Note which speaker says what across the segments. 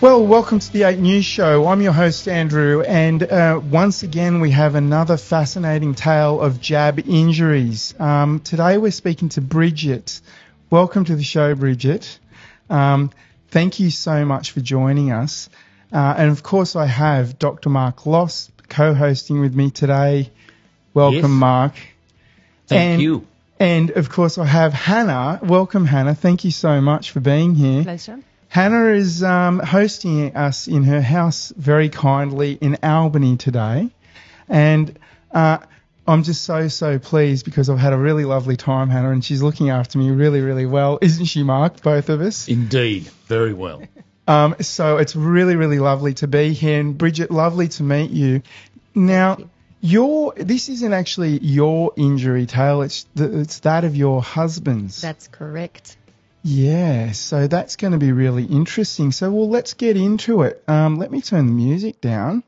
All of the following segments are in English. Speaker 1: Well, welcome to the 8 News Show. I'm your host, Andrew, and uh, once again we have another fascinating tale of jab injuries. Um, today we're speaking to Bridget. Welcome to the show, Bridget. Um, thank you so much for joining us. Uh, and of course, I have Dr. Mark Loss co hosting with me today. Welcome,
Speaker 2: Yes.
Speaker 1: Mark.
Speaker 2: Thank
Speaker 1: And-
Speaker 2: you.
Speaker 1: And of course, I have Hannah. Welcome, Hannah. Thank you so much for being here.
Speaker 3: Pleasure.
Speaker 1: Hannah is um, hosting us in her house very kindly in Albany today. And uh, I'm just so, so pleased because I've had a really lovely time, Hannah, and she's looking after me really, really well. Isn't she, Mark? Both of us.
Speaker 2: Indeed. Very well.
Speaker 1: Um, so it's really, really lovely to be here. And Bridget, lovely to meet you. Now, your this isn't actually your injury tale. It's the, it's that of your husband's.
Speaker 3: That's correct.
Speaker 1: yeah. So that's going to be really interesting. So well, let's get into it. Um, let me turn the music down.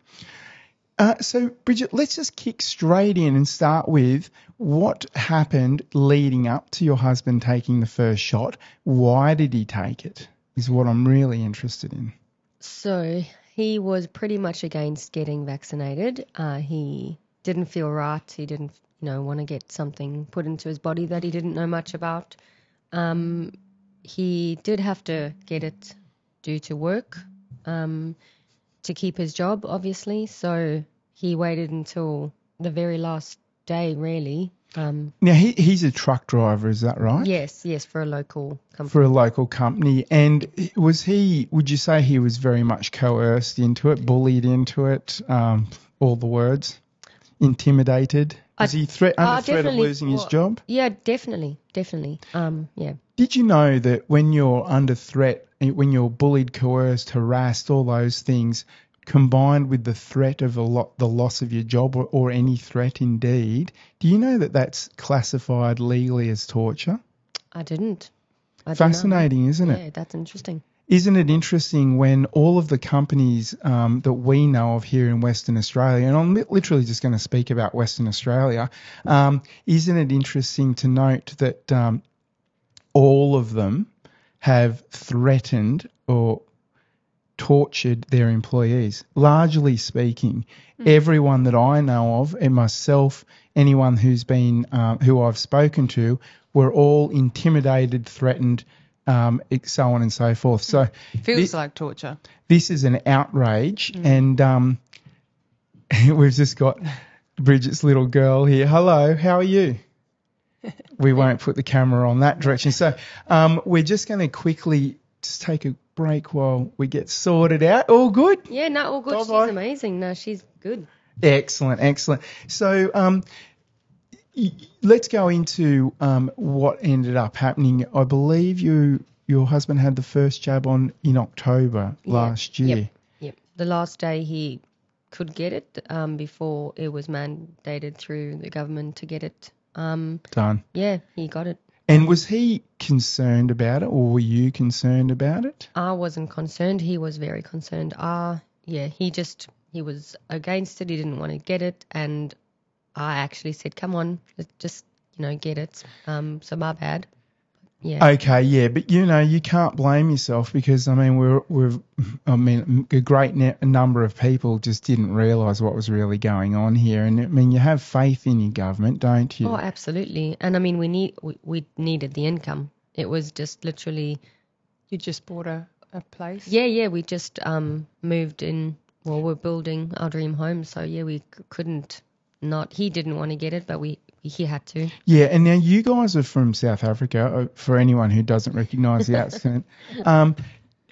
Speaker 1: Uh, so Bridget, let's just kick straight in and start with what happened leading up to your husband taking the first shot. Why did he take it? Is what I'm really interested in.
Speaker 3: So he was pretty much against getting vaccinated. Uh, he didn't feel right. He didn't, you know, want to get something put into his body that he didn't know much about. Um, he did have to get it due to work um, to keep his job, obviously. So he waited until the very last day, really. Um,
Speaker 1: Now he, he's a truck driver, is that right?
Speaker 3: yes, yes, for a local company.
Speaker 1: For a local company, and was he? Would you say he was very much coerced into it, bullied into it? Um, all the words, intimidated. Was he threat under
Speaker 3: I
Speaker 1: threat of
Speaker 3: definitely
Speaker 1: losing his
Speaker 3: thought-
Speaker 1: job?
Speaker 3: Yeah, definitely, definitely. Um, yeah.
Speaker 1: Did you know that when you're under threat, when you're bullied, coerced, harassed, all those things, combined with the threat of a lot, the loss of your job or, or any threat indeed, do you know that that's classified legally as torture?
Speaker 3: I didn't. I didn't know.
Speaker 1: Fascinating, isn't it?
Speaker 3: Yeah, that's interesting.
Speaker 1: Isn't it interesting when all of the companies um, that we know of here in Western Australia, and I'm li- literally just going to speak about Western Australia, um, isn't it interesting to note that um, all of them have threatened or tortured their employees? Largely speaking, everyone that I know of, and myself, anyone who's been, um, who I've spoken to, were all intimidated, threatened. Um, so on and so forth. So,
Speaker 4: Feels like torture.
Speaker 1: this is an outrage, and um, we've just got Bridget's little girl here. Hello, how are you? We won't put the camera on that direction. So um, we're just going to quickly just take a break while we get sorted out. All good.
Speaker 3: Yeah, no, all good.
Speaker 1: Bye-bye.
Speaker 3: she's amazing. No, she's good.
Speaker 1: Excellent, excellent. So um, y- let's go into um, what ended up happening. I believe you your husband had the first jab on in October last year.
Speaker 3: Yep. Yep. The last day he could get it um, before it was mandated through the government to get it. Um,
Speaker 1: Done.
Speaker 3: yeah, he got it.
Speaker 1: And was he concerned about it, or were you concerned about it?
Speaker 3: I wasn't concerned. He was very concerned. Ah, yeah, he just he was against it. He didn't want to get it, and I actually said, "Come on, let's just you know get it." Um, so my bad. Yeah.
Speaker 1: Okay, yeah, but you know you can't blame yourself because I mean we're we're I mean a great ne- number of people just didn't realise what was really going on here, and I mean you have faith in your government, don't you?
Speaker 3: Oh, absolutely. And I mean, we need we, we needed the income. It was just literally,
Speaker 4: You just bought a, a place.
Speaker 3: yeah, yeah. We just um moved in. Well, we're building our dream home, so yeah, we c- couldn't not. He didn't want to get it, but we he had to.
Speaker 1: Yeah, and now you guys are from South Africa. uh, For anyone who doesn't recognise the accent, um,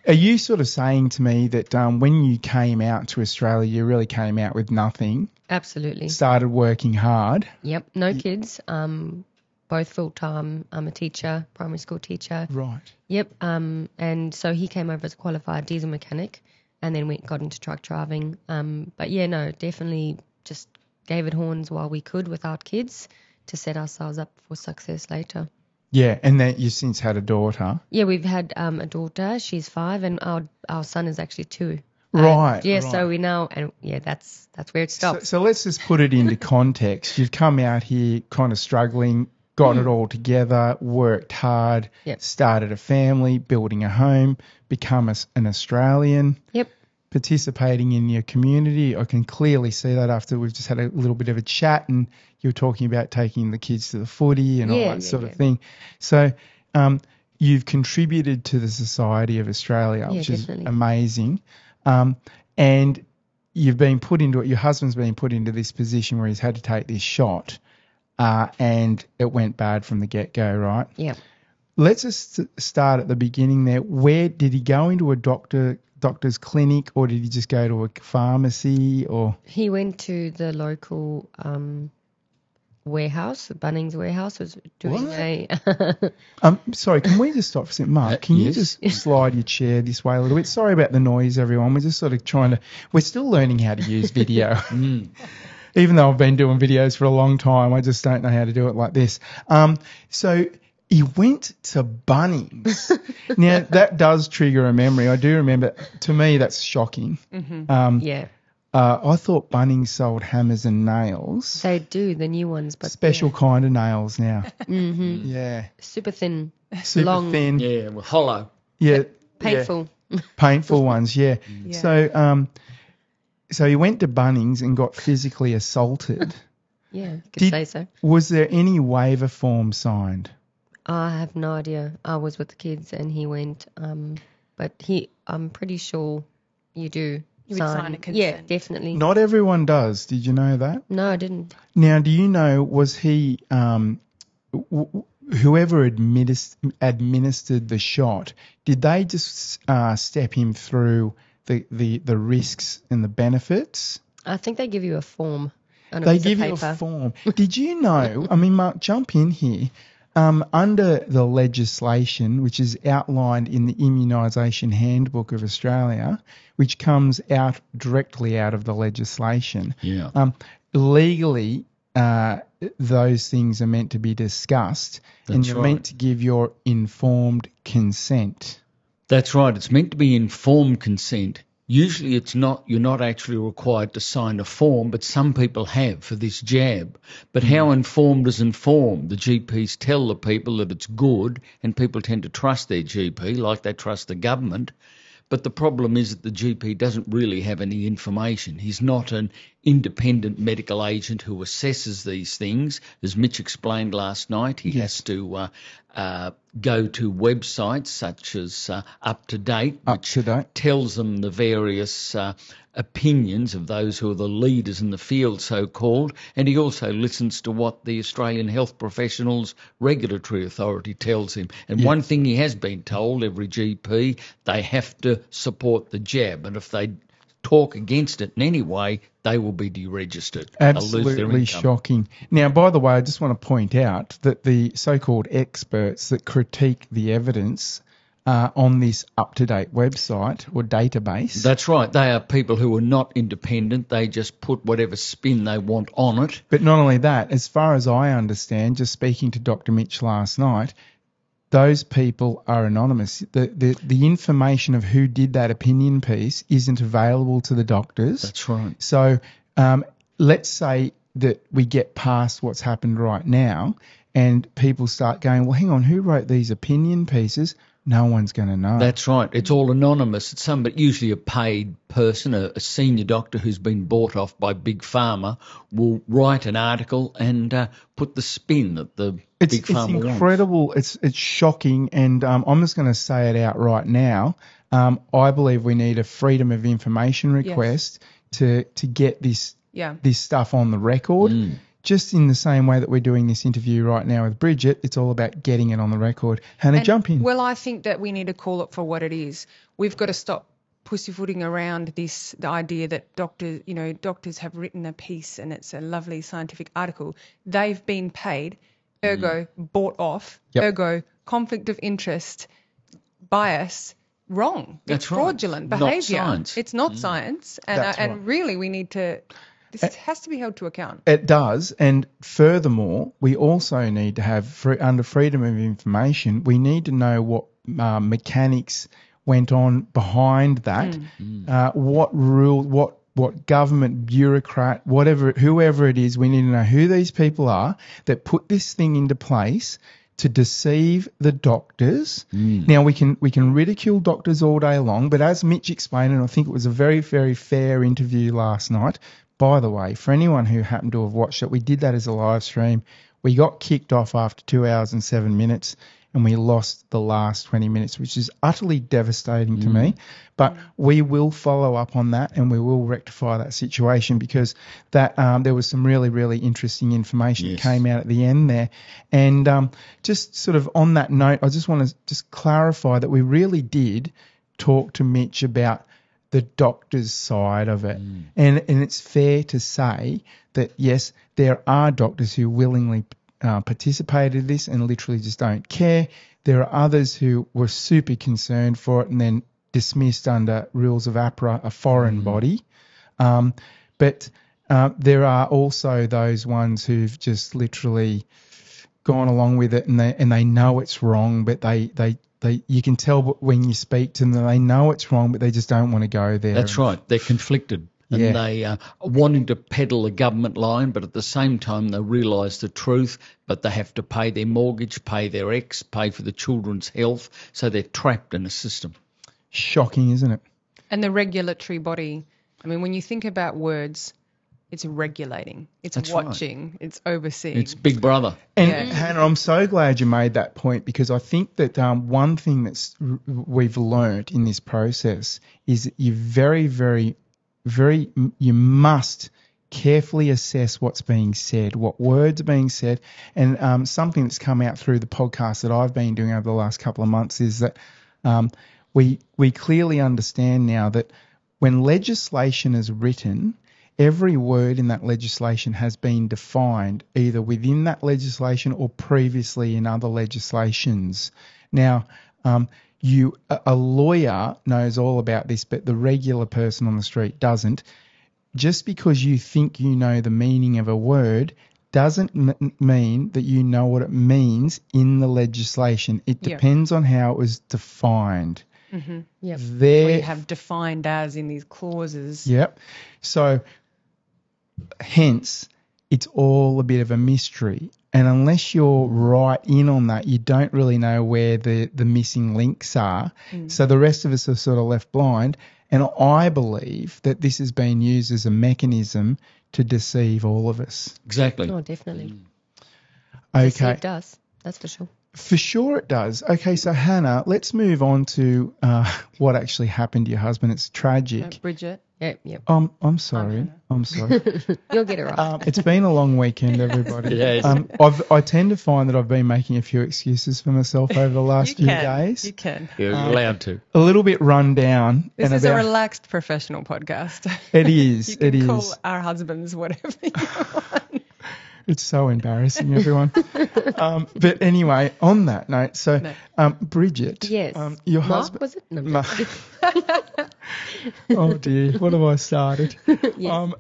Speaker 1: are you sort of saying to me that um, when you came out to Australia, you really came out with nothing,
Speaker 3: Absolutely.
Speaker 1: started working hard?
Speaker 3: Yep. No kids. Um, both full time. I'm a teacher, primary school teacher.
Speaker 1: Right.
Speaker 3: Yep. Um, and so he came over as a qualified diesel mechanic, and then went got into truck driving. Um, but yeah, no, definitely just gave it horns while we could without kids to set ourselves up for success later.
Speaker 1: Yeah, and that you've since had a daughter.
Speaker 3: Yeah, we've had um, a daughter. She's five, and our our son is actually two. And,
Speaker 1: Right,
Speaker 3: Yeah.
Speaker 1: right.
Speaker 3: So we now, and yeah, that's that's where it
Speaker 1: So,
Speaker 3: stops.
Speaker 1: so let's just put it into context. You've come out here kind of struggling, got it all together, worked hard,
Speaker 3: Mm. Yep.
Speaker 1: started a family, building a home, become a s an Australian,
Speaker 3: Yep.
Speaker 1: participating in your community. I can clearly see that after we've just had a little bit of a chat and you were talking about taking the kids to the footy and all
Speaker 3: Yeah,
Speaker 1: that
Speaker 3: yeah,
Speaker 1: sort
Speaker 3: yeah.
Speaker 1: of thing. So um, you've contributed to the society of Australia,
Speaker 3: Yeah,
Speaker 1: which
Speaker 3: definitely.
Speaker 1: is amazing. Um, and you've been put into it, your husband's been put into this position where he's had to take this shot. Uh, and it went bad from the get go, right?
Speaker 3: Yep.
Speaker 1: Let's just st- start at the beginning there. Where did he go into a doctor doctor's clinic, or did he just go to a pharmacy, or
Speaker 3: He went to the local um, warehouse, the Bunnings warehouse, was doing
Speaker 1: What?
Speaker 3: a.
Speaker 1: Um, sorry, can we just stop for a second?
Speaker 2: Uh,
Speaker 1: Mark, can you
Speaker 2: yes.
Speaker 1: just slide your chair this way a little bit? Sorry about the noise, everyone. We're just sort of trying to, we're still learning how to use video.
Speaker 2: Mm.
Speaker 1: Even though I've been doing videos for a long time, I just don't know how to do it like this. Um, so he went to Bunnings. now, that does trigger a memory. I do remember, to me, that's shocking. Um,
Speaker 3: yeah,
Speaker 1: uh, I thought Bunnings sold hammers and nails,
Speaker 3: they do the new ones, but
Speaker 1: special kind of nails now.
Speaker 3: hmm
Speaker 1: yeah.
Speaker 3: super thin,
Speaker 1: Super
Speaker 3: Long-
Speaker 1: thin. Yeah.
Speaker 2: Yeah, well, hollow.
Speaker 1: yeah.
Speaker 3: painful.
Speaker 1: painful ones, yeah.
Speaker 4: Yeah.
Speaker 1: So, um, so he went to Bunnings and got physically assaulted.
Speaker 3: Yeah, you could
Speaker 1: Did-
Speaker 3: say so.
Speaker 1: Was there any waiver form signed?
Speaker 3: I have no idea. I was with the kids and he went, um, but he, I'm pretty sure you do.
Speaker 4: You would sign a
Speaker 3: Yeah,
Speaker 4: consent.
Speaker 3: definitely.
Speaker 1: Not everyone does. Did you know that?
Speaker 3: No, I didn't.
Speaker 1: Now, do you know was he um, w- w- whoever administ- administered the shot? Did they just uh, step him through the, the the risks and the benefits?
Speaker 3: I think they give you a form. On a
Speaker 1: They
Speaker 3: piece of
Speaker 1: give you
Speaker 3: paper.
Speaker 1: a form. Did you know? I mean, Mark, jump in here. Um, under the legislation, which is outlined in the Immunisation Handbook of Australia, which comes out directly out of the legislation,
Speaker 2: Yeah.
Speaker 1: um, legally, uh, those things are meant to be discussed, and
Speaker 2: That's
Speaker 1: you're
Speaker 2: right.
Speaker 1: meant to give your informed consent.
Speaker 2: That's right. It's meant to be informed consent. Usually, it's not. You're not actually required to sign a form, but some people have for this jab. But how informed is informed? The GPs tell the people that it's good, and people tend to trust their GP like they trust the government. But the problem is that the GP doesn't really have any information. He's not an independent medical agent who assesses these things. As Mitch explained last night, he has to uh, uh, go to websites such as uh, Up to Date,
Speaker 1: Up
Speaker 2: which
Speaker 1: to date.
Speaker 2: tells them the various uh, opinions of those who are the leaders in the field, so called, and he also listens to what the Australian Health Professionals Regulatory Authority tells him. And one thing he has been told every GP they have to support the jab, and if they talk against it in any way, they will be deregistered. They'll lose their
Speaker 1: Absolutely
Speaker 2: income.
Speaker 1: shocking. Now, by the way, I just want to point out that the so called experts that critique the evidence uh, on this up to date website or database.
Speaker 2: That's right. They are people who are not independent. They just put whatever spin they want on it.
Speaker 1: but not only that, as far as I understand, just speaking to Dr. Mitch last night, those people are anonymous. The, the, the information of who did that opinion piece isn't available to the doctors.
Speaker 2: That's right.
Speaker 1: So um, let's say that we get past what's happened right now and people start going, well, hang on, who wrote these opinion pieces? No one's going to know.
Speaker 2: That's right. It's all anonymous. It's somebody, usually a paid person, a, a senior doctor who's been bought off by Big Pharma, will write an article and uh, put the spin that the
Speaker 1: it's,
Speaker 2: Big
Speaker 1: it's
Speaker 2: Pharma wants.
Speaker 1: incredible. It's it's shocking, and um, I'm just going to say it out right now. Um, I believe we need a freedom of information request to to get this
Speaker 4: Yeah.
Speaker 1: this stuff on the record. Just in the same way that we're doing this interview right now with Bridget, it's all about getting it on the record. Hannah,
Speaker 4: And-
Speaker 1: jump in.
Speaker 4: Well, I think that we need to call it for what it is. We've got to stop pussyfooting around this the idea that doctors, you know, doctors have written a piece and it's a lovely scientific article. They've been paid,
Speaker 2: Hmm.
Speaker 4: ergo bought off,
Speaker 1: Yep.
Speaker 4: ergo conflict of interest, bias. Wrong.
Speaker 2: That's
Speaker 4: it's
Speaker 2: right.
Speaker 4: fraudulent
Speaker 2: Not
Speaker 4: behaviour.
Speaker 2: science. Hmm.
Speaker 4: It's not science, and uh,
Speaker 1: That's
Speaker 4: and
Speaker 1: right.
Speaker 4: really we need to. This has to be held to account.
Speaker 1: It does, and furthermore, we also need to have fr- under freedom of information. We need to know what uh, mechanics went on behind that, uh, what rule, what what government bureaucrat, whatever, whoever it is, we need to know who these people are that put this thing into place to deceive the doctors. Now we can we can ridicule doctors all day long, but as Mitch explained, and I think it was a very very fair interview last night. By the way, for anyone who happened to have watched it, we did that as a live stream. We got kicked off after two hours and seven minutes, and we lost the last twenty minutes, which is utterly devastating to me. But we will follow up on that, and we will rectify that situation because that um, there was some really really interesting information that
Speaker 2: Yes.
Speaker 1: came out at the end there. And um, just sort of on that note, I just want to just clarify that we really did talk to Mitch about the doctor's side of it. And, and it's fair to say that, yes, there are doctors who willingly uh, participated in this and literally just don't care. There are others who were super concerned for it and then dismissed under rules of APRA, a foreign body. Um, but uh, there are also those ones who've just literally gone along with it and they and they know it's wrong, but they they they you can tell when you speak to them that they know it's wrong, but they just don't want to go there.
Speaker 2: That's right. They're conflicted. And
Speaker 1: Yeah.
Speaker 2: they uh, are wanting to peddle a government line, but at the same time, they realise the truth, but they have to pay their mortgage, pay their ex, pay for the children's health. So they're trapped in a system.
Speaker 1: Shocking, isn't it?
Speaker 4: And the regulatory body, I mean, when you think about words, it's regulating, it's
Speaker 2: That's right.
Speaker 4: watching, it's overseeing.
Speaker 2: It's Big Brother.
Speaker 1: And
Speaker 4: Yeah.
Speaker 1: Hannah, I'm so glad you made that point because I think that um, one thing that's we've learnt in this process is that you very, very, very, you must carefully assess what's being said, what words are being said, and um, something that's come out through the podcast that I've been doing over the last couple of months is that um, we we clearly understand now that when legislation is written, every word in that legislation has been defined either within that legislation or previously in other legislations. Now, um, you a a lawyer knows all about this, but the regular person on the street doesn't. Just because you think you know the meaning of a word doesn't m- mean that you know what it means in the legislation. It
Speaker 4: Yeah. Mm-hmm.
Speaker 1: depends on how it was defined.
Speaker 3: Yep.
Speaker 1: There,
Speaker 4: we have defined as in these clauses.
Speaker 1: Yep. So, hence, it's all a bit of a mystery. And unless you're right in on that, you don't really know where the, the missing links are.
Speaker 3: Mm.
Speaker 1: So the rest of us are sort of left blind. And I believe that this has been used as a mechanism to deceive all of us.
Speaker 2: Exactly.
Speaker 3: Oh, definitely.
Speaker 1: Okay.
Speaker 3: It does. That's for sure.
Speaker 1: For sure it does. Okay. So, Hannah, let's move on to uh, what actually happened to your husband. It's tragic.
Speaker 4: Bridget,
Speaker 3: Yep. Yep.
Speaker 1: Um, I'm sorry. I'm sorry.
Speaker 3: You'll get it right.
Speaker 1: Um, it's been a long weekend, everybody.
Speaker 2: Yes.
Speaker 1: Um, I've, I tend to find that I've been making a few excuses for myself over the last few days.
Speaker 4: You can.
Speaker 2: You're allowed to.
Speaker 1: A little bit run down.
Speaker 4: This
Speaker 1: and
Speaker 4: is
Speaker 1: about,
Speaker 4: a relaxed professional podcast.
Speaker 1: it is.
Speaker 4: you can
Speaker 1: it
Speaker 4: call
Speaker 1: is.
Speaker 4: our husbands whatever. you
Speaker 1: It's so embarrassing, everyone. um, but anyway, on that note, so
Speaker 4: No.
Speaker 1: um, Bridget,
Speaker 3: yes.
Speaker 1: um, your
Speaker 3: Mark,
Speaker 1: husband.
Speaker 3: was it? No, I'm
Speaker 1: Ma- oh dear, what have I started? Um,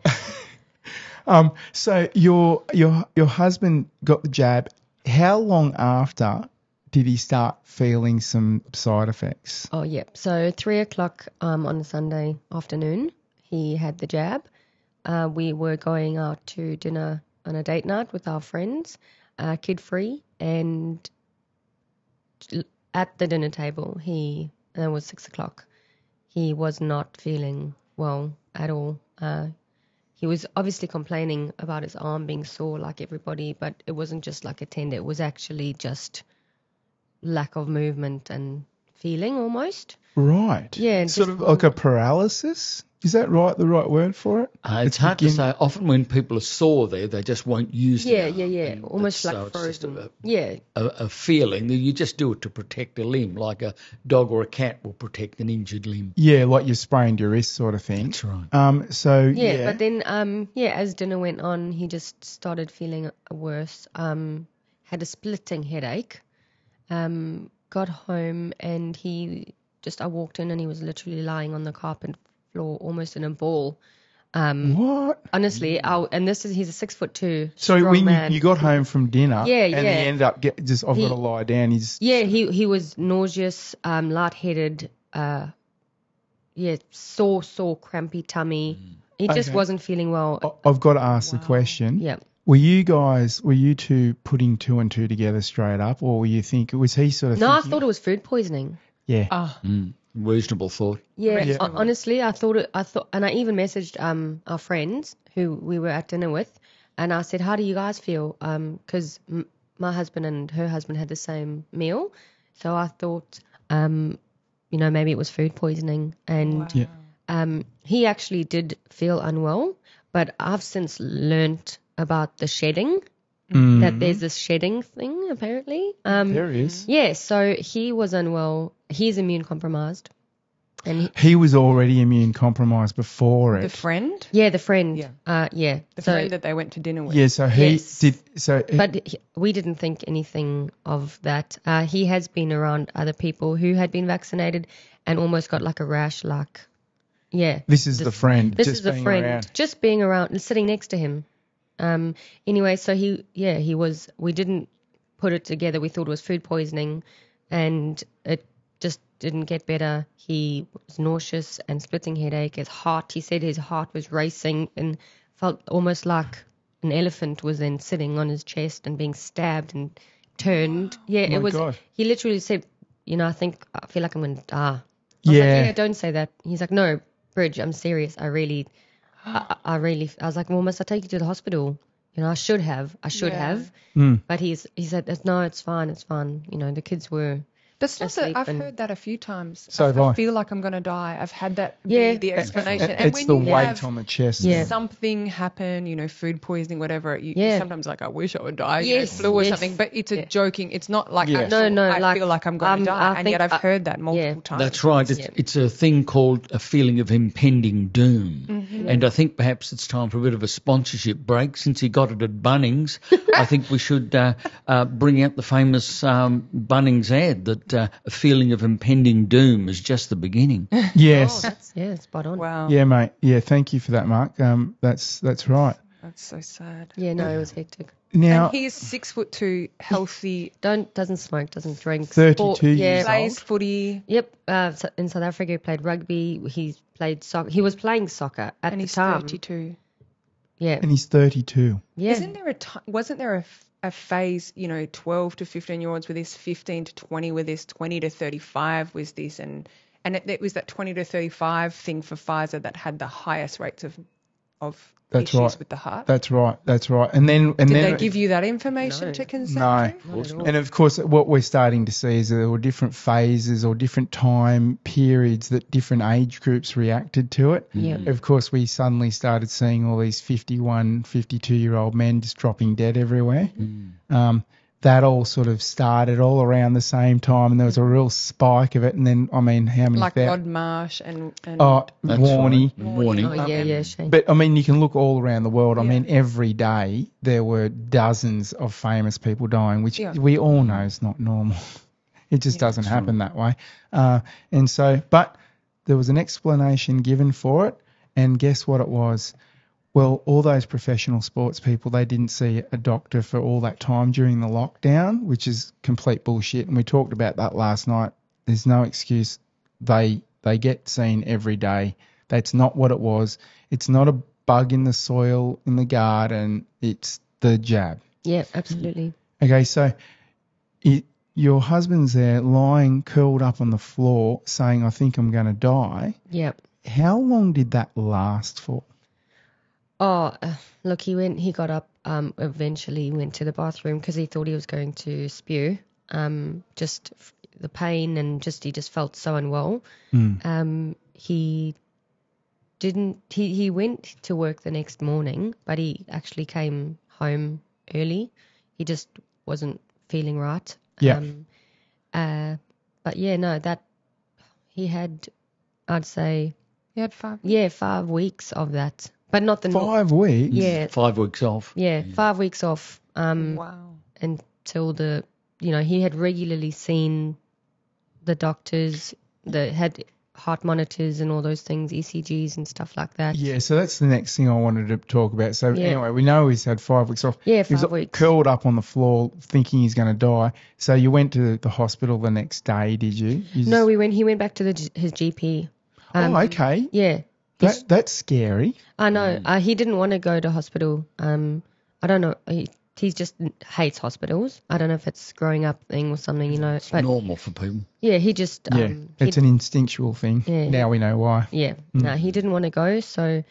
Speaker 1: um, so your your your husband got the jab. How long after did he start feeling some side effects?
Speaker 3: Oh, yep. So three o'clock um, on a Sunday afternoon, he had the jab. Uh, we were going out to dinner on a date night with our friends, uh, kid free, and at the dinner table, he and it was six o'clock. He was not feeling well at all. Uh, he was obviously complaining about his arm being sore, like everybody, but it wasn't just like a tender. It was actually just lack of movement and feeling almost.
Speaker 1: Right.
Speaker 3: Yeah, and
Speaker 1: Sort
Speaker 3: just-
Speaker 1: of like a paralysis. Is that right? The right word for it?
Speaker 2: Uh, it's hard to say. Often when people are sore there, they just won't use
Speaker 3: Yeah,
Speaker 2: the
Speaker 3: yeah,
Speaker 2: arm.
Speaker 3: yeah.
Speaker 2: And
Speaker 3: Almost
Speaker 2: that's-
Speaker 3: like
Speaker 2: so it's just
Speaker 3: frozen.
Speaker 2: a-
Speaker 3: yeah,
Speaker 2: a, a feeling that you just do it to protect a limb, like a dog or a cat will protect an injured limb.
Speaker 1: Yeah, like you sprained your wrist, sort of thing.
Speaker 2: That's right.
Speaker 1: Um. So
Speaker 3: yeah,
Speaker 1: yeah.
Speaker 3: But then, um, yeah, as dinner went on, he just started feeling worse. Um, had a splitting headache. Um, got home and he just I walked in and he was literally lying on the carpet floor, almost in a ball.
Speaker 1: what?
Speaker 3: Honestly, I, and this is he's a six foot two.
Speaker 1: Mm. So
Speaker 3: strong
Speaker 1: when you,
Speaker 3: man.
Speaker 1: you got home from dinner,
Speaker 3: Yeah,
Speaker 1: and
Speaker 3: yeah.
Speaker 1: he ended up get, just I've
Speaker 3: He-
Speaker 1: got to lie down. He's
Speaker 3: Yeah, he he was nauseous, um, lightheaded, uh, yeah, sore, sore, crampy tummy. He just
Speaker 1: Mm. Okay. Oh.
Speaker 3: wasn't feeling well.
Speaker 1: I- I've got to ask the
Speaker 4: Wow.
Speaker 1: question.
Speaker 3: Yeah.
Speaker 1: Were you guys, were you two putting two and two together straight up, or were you think was he sort of?
Speaker 3: No, I
Speaker 1: thinking-
Speaker 3: thought it was food poisoning.
Speaker 1: Yeah.
Speaker 4: Ah,
Speaker 2: Mm, reasonable thought.
Speaker 3: Yeah,
Speaker 4: Yeah.
Speaker 3: hon- honestly, I thought it, I thought, and I even messaged um our friends who we were at dinner with, and I said, "How do you guys feel?" Um, because m- my husband and her husband had the same meal, so I thought, um, you know, maybe it was food poisoning, and
Speaker 1: Yeah.
Speaker 3: um, he actually did feel unwell, but I've since learnt about the shedding
Speaker 1: Mm.
Speaker 3: that there's this shedding thing apparently. Um,
Speaker 1: there is.
Speaker 3: yeah, so he was unwell. He's immune compromised, and he,
Speaker 1: He was already immune compromised before
Speaker 4: the
Speaker 1: it.
Speaker 4: friend,
Speaker 3: yeah, the friend.
Speaker 4: Yeah.
Speaker 3: Uh, yeah.
Speaker 4: the
Speaker 3: so,
Speaker 4: friend that they went to dinner with.
Speaker 1: yeah. So he
Speaker 3: Yes.
Speaker 1: did. So he-
Speaker 3: but he- we didn't think anything of that. Uh, he has been around other people who had been vaccinated and almost got like a rash, like yeah.
Speaker 1: this is the friend.
Speaker 3: This
Speaker 1: just
Speaker 3: is a
Speaker 1: being
Speaker 3: friend
Speaker 1: around.
Speaker 3: just being around and sitting next to him. Um, anyway, so he, yeah, he was. We didn't put it together. We thought it was food poisoning, and it just didn't get better. He was nauseous and splitting headache. His heart, he said, his heart was racing and felt almost like an elephant was then sitting on his chest and being stabbed and turned. Yeah,
Speaker 1: My
Speaker 3: it was.
Speaker 1: God.
Speaker 3: He literally said, "You know, I think I feel like I'm going to die." I was
Speaker 1: Yeah.
Speaker 3: Like, yeah, don't say that. He's like, no, Bridge, I'm serious. I really, I, I I really. I was like, well, must I take you to the hospital? You know, I should have. I should
Speaker 4: Yeah.
Speaker 3: have.
Speaker 1: Mm.
Speaker 3: But he's he said, "That's- no, it's fine, it's fine. You know, the kids were.
Speaker 4: That's not that
Speaker 3: asleep
Speaker 4: I've
Speaker 3: and-
Speaker 4: heard that a few times.
Speaker 1: So
Speaker 4: I,
Speaker 1: have
Speaker 4: I
Speaker 1: I.
Speaker 4: feel like I'm going to die. I've had that
Speaker 3: Yeah.
Speaker 4: be the explanation.
Speaker 1: It-
Speaker 4: and
Speaker 1: it's
Speaker 4: when
Speaker 1: the
Speaker 4: you
Speaker 1: weight
Speaker 4: have
Speaker 1: on the chest.
Speaker 3: Yeah.
Speaker 4: something happen, you know, food poisoning, whatever, you,
Speaker 3: Yeah.
Speaker 4: you sometimes like I wish I would die, you know,
Speaker 3: Yes,
Speaker 4: flu or
Speaker 3: yes.
Speaker 4: something. But it's a
Speaker 3: Yeah.
Speaker 4: joking. It's not like
Speaker 1: Yeah.
Speaker 4: actual,
Speaker 3: No, no,
Speaker 4: I
Speaker 3: like,
Speaker 4: feel like I'm going
Speaker 3: um,
Speaker 4: to die,
Speaker 3: I
Speaker 4: and
Speaker 3: think
Speaker 4: yet I've
Speaker 3: I-
Speaker 4: heard that multiple times.
Speaker 2: That's right. It's,
Speaker 3: Yeah.
Speaker 2: it's a thing called a feeling of impending doom.
Speaker 3: Mm-hmm.
Speaker 2: And I think perhaps it's time for a bit of a sponsorship break. Since he got it at Bunnings, I think we should uh, uh, bring out the famous um, Bunnings ad that uh, a feeling of impending doom is just the beginning.
Speaker 1: Yes.
Speaker 3: Yeah, spot on.
Speaker 4: Wow,
Speaker 1: yeah, mate. Yeah. Thank you for that, Mark. Um, that's that's right.
Speaker 4: that's so sad.
Speaker 3: Yeah, no, it was hectic.
Speaker 1: Now,
Speaker 4: and he is six foot two, healthy,
Speaker 3: Don't doesn't smoke, doesn't drink.
Speaker 1: thirty-two
Speaker 3: yeah,
Speaker 1: years
Speaker 4: plays
Speaker 1: old.
Speaker 4: footy,
Speaker 3: Yep. Uh, so- in South Africa, he played rugby. He played soccer. He was playing soccer at
Speaker 4: and
Speaker 3: the
Speaker 4: he's
Speaker 3: time.
Speaker 4: 32.
Speaker 3: Yeah.
Speaker 1: And he's thirty-two.
Speaker 3: Yeah.
Speaker 4: Isn't there a ti wasn't there a, f- a phase, you know, 12 to 15 year olds with this, 15 to 20 with this, 20 to 35 with this, and and it, it was that 20 to 35 thing for Pfizer that had the highest rates of of
Speaker 1: That's
Speaker 4: issues
Speaker 1: right.
Speaker 4: with the heart.
Speaker 1: That's right. That's right. And then and
Speaker 4: Did
Speaker 1: then
Speaker 4: they give you that information
Speaker 3: No.
Speaker 4: to
Speaker 1: no.
Speaker 4: consent?
Speaker 3: Not at all.
Speaker 1: And of course, what we're starting to see is that there were different phases or different time periods that different age groups reacted to it.
Speaker 3: Yeah.
Speaker 1: Of course, we suddenly started seeing all these 51, 52 year old men just dropping dead everywhere.
Speaker 3: Mm.
Speaker 1: Um, that all sort of started all around the same time, and there was a real spike of it. And then, I mean, how many?
Speaker 4: Like
Speaker 1: thou-
Speaker 4: Rod Marsh and and
Speaker 1: oh,
Speaker 2: That's
Speaker 1: Warney.
Speaker 2: right. Warning.
Speaker 3: Oh yeah, yeah, Shane.
Speaker 1: But I mean, you can look all around the world. I
Speaker 4: Yeah.
Speaker 1: mean, every day there were dozens of famous people dying, which
Speaker 4: Yeah.
Speaker 1: we all know is not normal. It just doesn't happen that way. Uh, and so, but there was an explanation given for it, and guess what it was? Well, all those professional sports people, they didn't see a doctor for all that time during the lockdown, which is complete bullshit. And we talked about that last night. There's no excuse. They they get seen every day. That's not what it was. It's not a bug in the soil in the garden. It's the jab.
Speaker 3: yeah, absolutely.
Speaker 1: Okay, so it, your husband's there lying curled up on the floor saying, I think I'm going to die.
Speaker 3: Yeah.
Speaker 1: How long did that last for?
Speaker 3: Oh, uh, look, he went. He got up. Um, eventually went to the bathroom because he thought he was going to spew. Um, just f- the pain and just he just felt so unwell.
Speaker 1: Hmm.
Speaker 3: Um, he didn't. He he went to work the next morning, but he actually came home early. He just wasn't feeling right.
Speaker 1: Yeah.
Speaker 3: Um, uh, but yeah, no, that he had, I'd say,
Speaker 4: he had five.
Speaker 3: yeah, five weeks of that, but not the nor-
Speaker 1: Five weeks?
Speaker 3: yeah,
Speaker 2: Five weeks off.
Speaker 3: yeah, five weeks off um,
Speaker 4: Wow.
Speaker 3: until the, you know, he had regularly seen the doctors that had heart monitors and all those things, ECGs and stuff like that.
Speaker 1: Yeah, so that's the next thing I wanted to talk about. So
Speaker 3: Yeah.
Speaker 1: anyway, we know he's had five weeks off.
Speaker 3: Yeah,
Speaker 1: he was
Speaker 3: five weeks.
Speaker 1: curled up on the floor, thinking he's going to die. So you went to the hospital the next day, did you? You
Speaker 3: No,
Speaker 1: just-
Speaker 3: we went. He went back to the, G- his GP. Um,
Speaker 1: oh, okay.
Speaker 3: Yeah,
Speaker 1: That, that's scary.
Speaker 3: I know. Uh, he didn't want to go to hospital. Um, I don't know. He, he just hates hospitals. I don't know if it's growing up thing or something, you know. But
Speaker 2: Normal for people.
Speaker 3: yeah, he just um,
Speaker 1: Yeah,
Speaker 3: he-
Speaker 1: it's an instinctual thing.
Speaker 3: Yeah.
Speaker 1: Now we know why.
Speaker 3: Yeah, no, he didn't want to go, so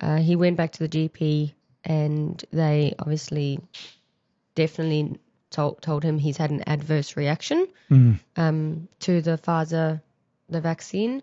Speaker 3: uh, he went back to the GP, and they obviously definitely told told him he's had an adverse reaction
Speaker 1: Hmm.
Speaker 3: um, to the Pfizer the vaccine,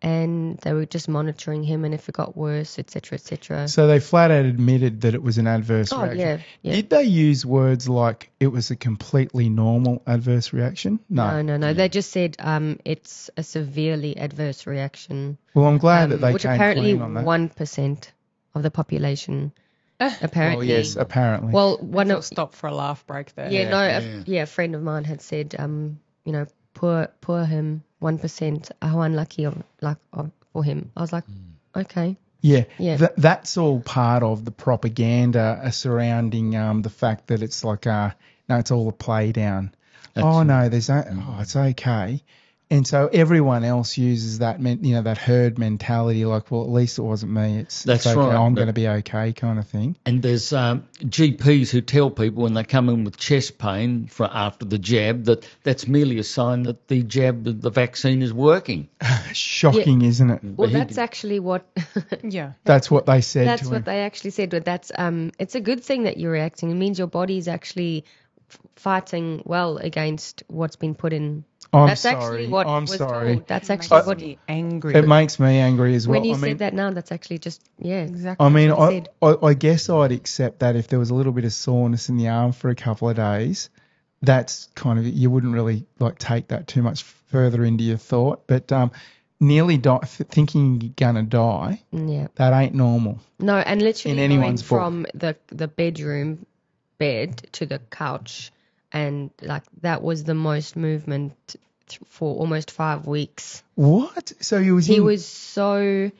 Speaker 3: and they were just monitoring him, and if it got worse, etc., etc.
Speaker 1: So they flat out admitted that it was an adverse
Speaker 3: Oh
Speaker 1: reaction.
Speaker 3: yeah, yeah.
Speaker 1: Did they use words like it was a completely normal adverse reaction? No.
Speaker 3: No, no, no. They just said um, it's a severely adverse reaction,
Speaker 1: Well, I'm glad that
Speaker 3: um,
Speaker 1: they
Speaker 3: which
Speaker 1: came
Speaker 3: apparently
Speaker 1: clean on that.
Speaker 3: one percent of the population.
Speaker 1: Oh
Speaker 3: Apparently,
Speaker 1: yes, apparently.
Speaker 3: Well, one
Speaker 4: I'll
Speaker 3: of
Speaker 4: stop for a laugh break there.
Speaker 3: yeah, no,
Speaker 2: Yeah.
Speaker 3: A, yeah, a friend of mine had said, um, you know, poor, poor him, one percent, how unlucky of luck of, for him. I was like,
Speaker 1: Hmm.
Speaker 3: okay,
Speaker 1: yeah,
Speaker 3: yeah.
Speaker 1: Th- that's all part of the propaganda uh, surrounding um, the fact that it's like, uh, no, it's all a play down. oh no, there's no, oh, it's okay. And so everyone else uses that, men- you know, that herd mentality, like, well, at least it wasn't me. It's,
Speaker 2: That's
Speaker 1: it's okay.
Speaker 2: right.
Speaker 1: I'm
Speaker 2: That-
Speaker 1: going to be okay, kind of thing.
Speaker 2: And there's um, GPs who tell people when they come in with chest pain for after the jab that that's merely a sign that the jab, the vaccine is working.
Speaker 1: Shocking, isn't it?
Speaker 3: Well, that's actually what
Speaker 4: Yeah.
Speaker 1: That's what they said
Speaker 3: that's
Speaker 1: to
Speaker 3: what
Speaker 1: him.
Speaker 3: they actually said. But that's um, it's a good thing that you're reacting. It means your body's actually f- fighting well against what's been put in.
Speaker 1: I'm
Speaker 3: that's
Speaker 1: sorry.
Speaker 3: actually what
Speaker 1: I'm
Speaker 3: was
Speaker 1: sorry.
Speaker 3: told. That's
Speaker 4: Makes
Speaker 3: actually what.
Speaker 4: me angry.
Speaker 1: It makes me angry as well.
Speaker 3: When you
Speaker 1: I
Speaker 3: said
Speaker 1: mean,
Speaker 3: that now, that's actually just yeah. Exactly.
Speaker 1: I mean,
Speaker 3: what he
Speaker 1: I,
Speaker 3: said.
Speaker 1: I, I guess I'd accept that if there was a little bit of soreness in the arm for a couple of days. That's kind of you wouldn't really like take that too much further into your thought, but um, nearly di- thinking you're gonna die
Speaker 3: mm, Yeah.
Speaker 1: that ain't normal.
Speaker 3: No, and literally
Speaker 1: In anyone's
Speaker 3: going
Speaker 1: book.
Speaker 3: from the the bedroom bed to the couch, and like that was the most movement th- for almost five weeks.
Speaker 1: What? So he was
Speaker 3: He
Speaker 1: in,
Speaker 3: was so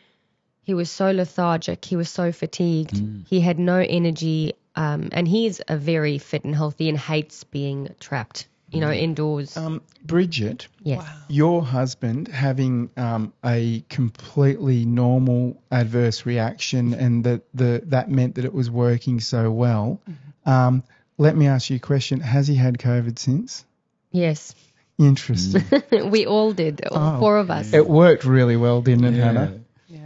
Speaker 3: he was so lethargic. He was so fatigued.
Speaker 1: Hmm.
Speaker 3: He had no energy. Um, and he's a very fit and healthy and hates being trapped, you know, indoors.
Speaker 1: um, Bridget.
Speaker 3: yes.
Speaker 1: Your husband having um, a completely normal adverse reaction, and that the that meant that it was working so well.
Speaker 3: Mm-hmm.
Speaker 1: Um, let me ask you a question: Has he had COVID since?
Speaker 3: Yes.
Speaker 1: Interesting.
Speaker 3: we all did,
Speaker 1: Oh,
Speaker 3: all four of us.
Speaker 1: it worked really well, didn't it, Hannah?
Speaker 4: Yeah.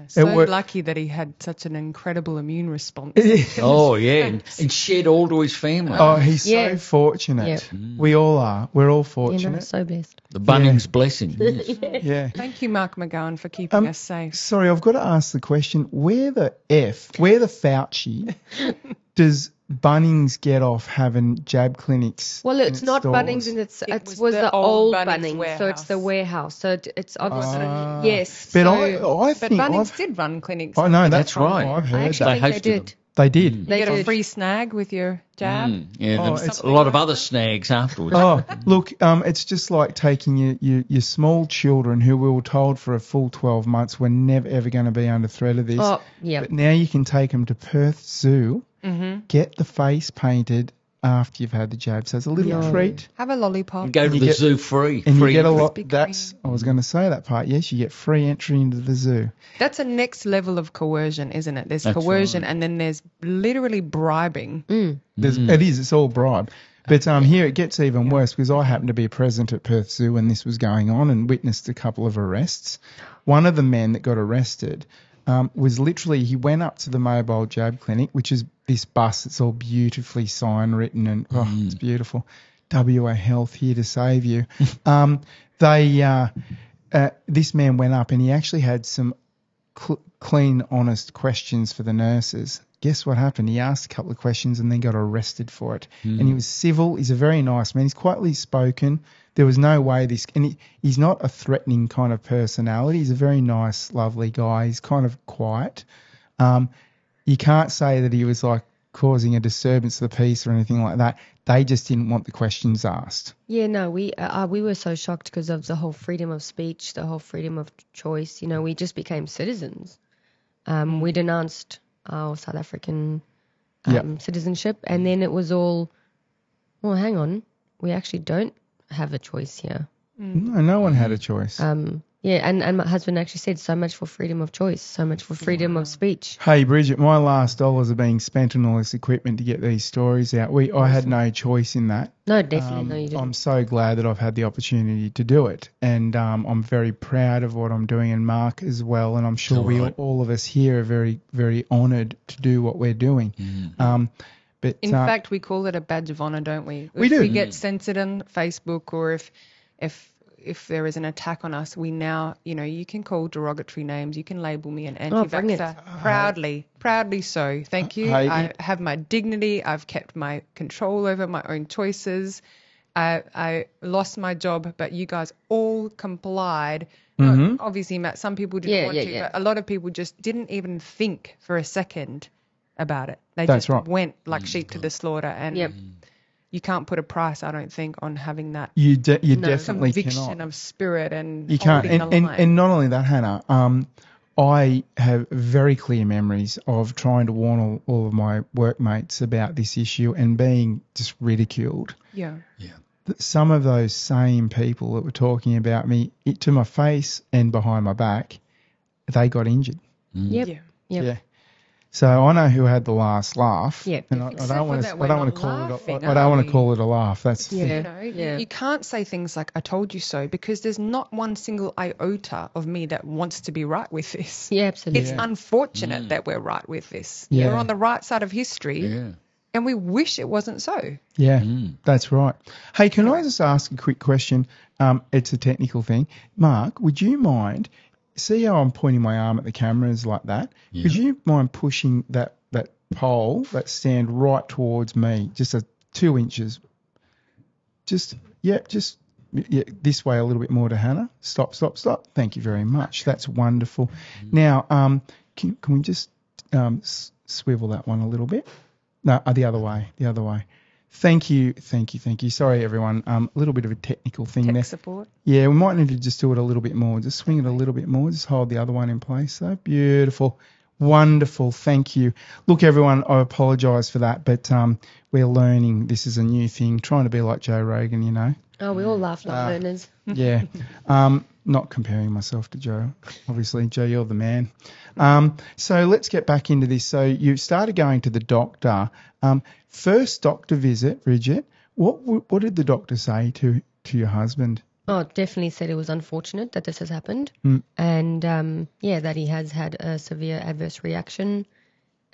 Speaker 4: So
Speaker 1: wor-
Speaker 4: lucky that he had such an incredible immune response.
Speaker 2: Oh yeah, and, and shed all to his family.
Speaker 1: Oh, he's
Speaker 3: Yeah.
Speaker 1: so fortunate. We all are. We're all
Speaker 3: You know,
Speaker 1: fortunate.
Speaker 3: so blessed.
Speaker 2: the Bunnings blessing. yes.
Speaker 1: yeah.
Speaker 4: Thank you, Mark McGowan, for keeping us safe.
Speaker 1: Sorry, I've got to ask the question: Where the f, where the Fauci, does Bunnings get off having jab clinics?
Speaker 3: Well,
Speaker 1: in
Speaker 3: it's not
Speaker 1: stores?
Speaker 3: Bunnings, and it's it, was,
Speaker 4: was
Speaker 3: the,
Speaker 4: the
Speaker 3: old
Speaker 4: old
Speaker 3: Bunnings,
Speaker 4: Bunnings
Speaker 3: so it's the
Speaker 4: warehouse.
Speaker 3: warehouse. So it, it's obviously
Speaker 1: Ah.
Speaker 3: yes.
Speaker 1: But
Speaker 3: so
Speaker 1: I, I
Speaker 4: But
Speaker 1: think I've,
Speaker 4: Bunnings
Speaker 1: Oh,
Speaker 4: did run clinics.
Speaker 1: I know that's,
Speaker 2: That's right.
Speaker 1: I've
Speaker 3: I
Speaker 1: heard that.
Speaker 3: actually
Speaker 2: They
Speaker 3: think
Speaker 2: hosted
Speaker 3: they did.
Speaker 1: They did.
Speaker 3: They
Speaker 4: you get a
Speaker 3: did. Mm.
Speaker 4: free snag with your jab.
Speaker 2: Mm, Yeah,
Speaker 1: Oh,
Speaker 2: and
Speaker 1: it's-
Speaker 2: a lot of other snags afterwards.
Speaker 1: Oh, look, um, it's just like taking your, your, your small children who we were told for a full 12 months were never ever going to be under threat of this.
Speaker 3: Oh, yeah. Mm-hmm.
Speaker 1: But now you can take them to Perth Zoo, get the face painted after you've had the jab. So it's a little treat.
Speaker 4: Have a lollipop.
Speaker 2: And go to
Speaker 1: you
Speaker 2: the
Speaker 1: get-
Speaker 2: zoo free.
Speaker 1: And
Speaker 2: free
Speaker 1: you get a
Speaker 2: entry.
Speaker 1: lot. That's I was going to say that part. Yes, you get free entry into the zoo.
Speaker 4: That's a next level of coercion, isn't it? There's coercion, and then there's literally bribing.
Speaker 1: There's, It is. It's all bribe. But um, here it gets even worse because I happened to be present at Perth Zoo when this was going on and witnessed a couple of arrests. One of the men that got arrested um, was literally he went up to the mobile jab clinic, which is this bus. It's all beautifully sign written and oh, it's beautiful. WA Health here to save you. um, they uh, uh, this man went up and he actually had some cl- clean, honest questions for the nurses. Guess what happened? He asked a couple of questions and then got arrested for it. And he was civil. He's a very nice man. He's quietly spoken. There was no way this, and he, he's not a threatening kind of personality. He's a very nice, lovely guy. He's kind of quiet. Um, you can't say that he was like causing a disturbance to the peace or anything like that. They just didn't want the questions asked.
Speaker 3: Yeah, no, we uh, uh, we were so shocked because of the whole freedom of speech, the whole freedom of choice. You know, we just became citizens.
Speaker 4: Mm.
Speaker 3: Um, we denounced our South African um,
Speaker 1: Yeah.
Speaker 3: citizenship, and then it was all, well, hang on, we actually don't have a choice here.
Speaker 1: No, no one had a choice.
Speaker 3: Um, Yeah, and, and my husband actually said so much for freedom of choice, so much for freedom of speech.
Speaker 1: Hey Bridget, my last dollars are being spent on all this equipment to get these stories out. We I had no choice in that.
Speaker 3: No, definitely,
Speaker 1: Um,
Speaker 3: no, you didn't.
Speaker 1: I'm so glad that I've had the opportunity to do it, and um, I'm very proud of what I'm doing, and Mark as well. And I'm sure we
Speaker 2: Alright.
Speaker 1: all of us here are very, very honoured to do what we're doing. Um, but
Speaker 4: In
Speaker 1: uh,
Speaker 4: fact, we call it a badge of honor, don't we?
Speaker 1: We
Speaker 4: if
Speaker 1: do.
Speaker 4: we get censored on Facebook, or if if if there is an attack on us, we now you know you can call derogatory names. You can label me an
Speaker 3: Oh, bring it.
Speaker 4: anti-vaxxer proudly, proudly so. Thank you.
Speaker 1: Hey.
Speaker 4: I have my dignity. I've kept my control over my own choices. I, I lost my job, but you guys all complied. Not- obviously, Matt, some people didn't
Speaker 3: Yeah,
Speaker 4: want
Speaker 3: yeah,
Speaker 4: to,
Speaker 3: yeah.
Speaker 4: but a lot of people just didn't even think for a second about it. They
Speaker 1: That's
Speaker 4: just
Speaker 1: right.
Speaker 4: went
Speaker 1: Mm,
Speaker 4: like sheep to the slaughter, and
Speaker 3: Yep.
Speaker 4: you can't put a price, I don't think, on having that
Speaker 1: you de- you definitely
Speaker 4: conviction
Speaker 1: cannot.
Speaker 4: of spirit and
Speaker 1: You can't.
Speaker 4: holding
Speaker 1: And,
Speaker 4: the
Speaker 1: and,
Speaker 4: line.
Speaker 1: and not only that, Hannah, um, I have very clear memories of trying to warn all, all of my workmates about this issue and being just ridiculed.
Speaker 4: yeah,
Speaker 1: Th- Some of those same people that were talking about me it, to my face and behind my back, they got injured.
Speaker 3: Yep.
Speaker 4: yeah.
Speaker 3: Yep.
Speaker 1: Yeah. So I know who had the last laugh.
Speaker 3: Yep.
Speaker 1: And I, I
Speaker 4: Except
Speaker 1: don't want
Speaker 4: for
Speaker 1: to.
Speaker 4: that
Speaker 1: I
Speaker 4: we're
Speaker 1: don't want
Speaker 4: not
Speaker 1: to call it.
Speaker 4: laughing,
Speaker 1: A, I don't
Speaker 4: are
Speaker 1: want to
Speaker 4: we?
Speaker 1: call it a laugh. That's the
Speaker 3: Yeah.
Speaker 1: thing.
Speaker 4: You know, you-
Speaker 3: Yeah.
Speaker 4: you can't say things like "I told you so" because there's not one single iota of me that wants to be right with this.
Speaker 3: Yeah,
Speaker 4: It's
Speaker 3: absolutely.
Speaker 4: unfortunate that we're right with this.
Speaker 1: Mm. Yeah.
Speaker 4: We're on the right side of history,
Speaker 2: Yeah.
Speaker 4: and we wish it wasn't so.
Speaker 1: Yeah, that's right. Hey, can I just ask a quick question? Um, it's a technical thing. Mark, would you mind? See how I'm pointing my arm at the cameras like that? Would you mind pushing that that pole, that stand, right towards me, just a two inches? Just yeah, just yeah, this way a little bit more to Hannah. Stop, stop, stop. Thank you very much. That's wonderful. Now, um, can can we just um, s- swivel that one a little bit? No, uh, the other way, the other way. Thank you, thank you, thank you. Sorry, everyone. Um, a little bit of a technical thing
Speaker 4: Tech
Speaker 1: there.
Speaker 4: support.
Speaker 1: Yeah, we might need to just do it a little bit more. Just swing it a little bit more. Just hold the other one in place. though. beautiful, wonderful. Thank you. Look, everyone, I apologise for that, but um, we're learning. This is a new thing. Trying to be like Joe Rogan, you know.
Speaker 3: oh, we all laugh
Speaker 1: Ah.
Speaker 3: like learners.
Speaker 1: Yeah. Um, not comparing myself to Joe, obviously. Joe, you're the man. Um, so let's get back into this. So you started going to the doctor. Um, first doctor visit, Bridget. What w- what did the doctor say to to your husband?
Speaker 3: Oh, definitely said it was unfortunate that this has happened,
Speaker 1: Mm.
Speaker 3: and um, yeah, that he has had a severe adverse reaction.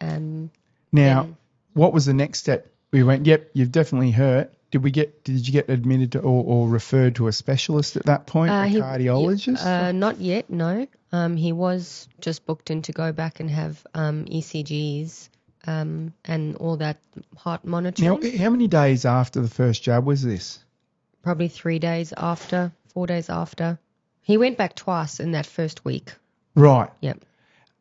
Speaker 3: Um,
Speaker 1: Now, what was the next step? We went, yep, you've definitely hurt. Did we get? Did you get admitted to or, or referred to a specialist at that point,
Speaker 3: Uh,
Speaker 1: a
Speaker 3: he-
Speaker 1: cardiologist?
Speaker 3: Uh, not yet, no. Um, he was just booked in to go back and have um, ECGs um, and all that heart
Speaker 1: now,
Speaker 3: monitoring.
Speaker 1: how many days after the first jab was this?
Speaker 3: Probably three days after, four days after. He went back twice in that first week.
Speaker 1: Right.
Speaker 3: Yep.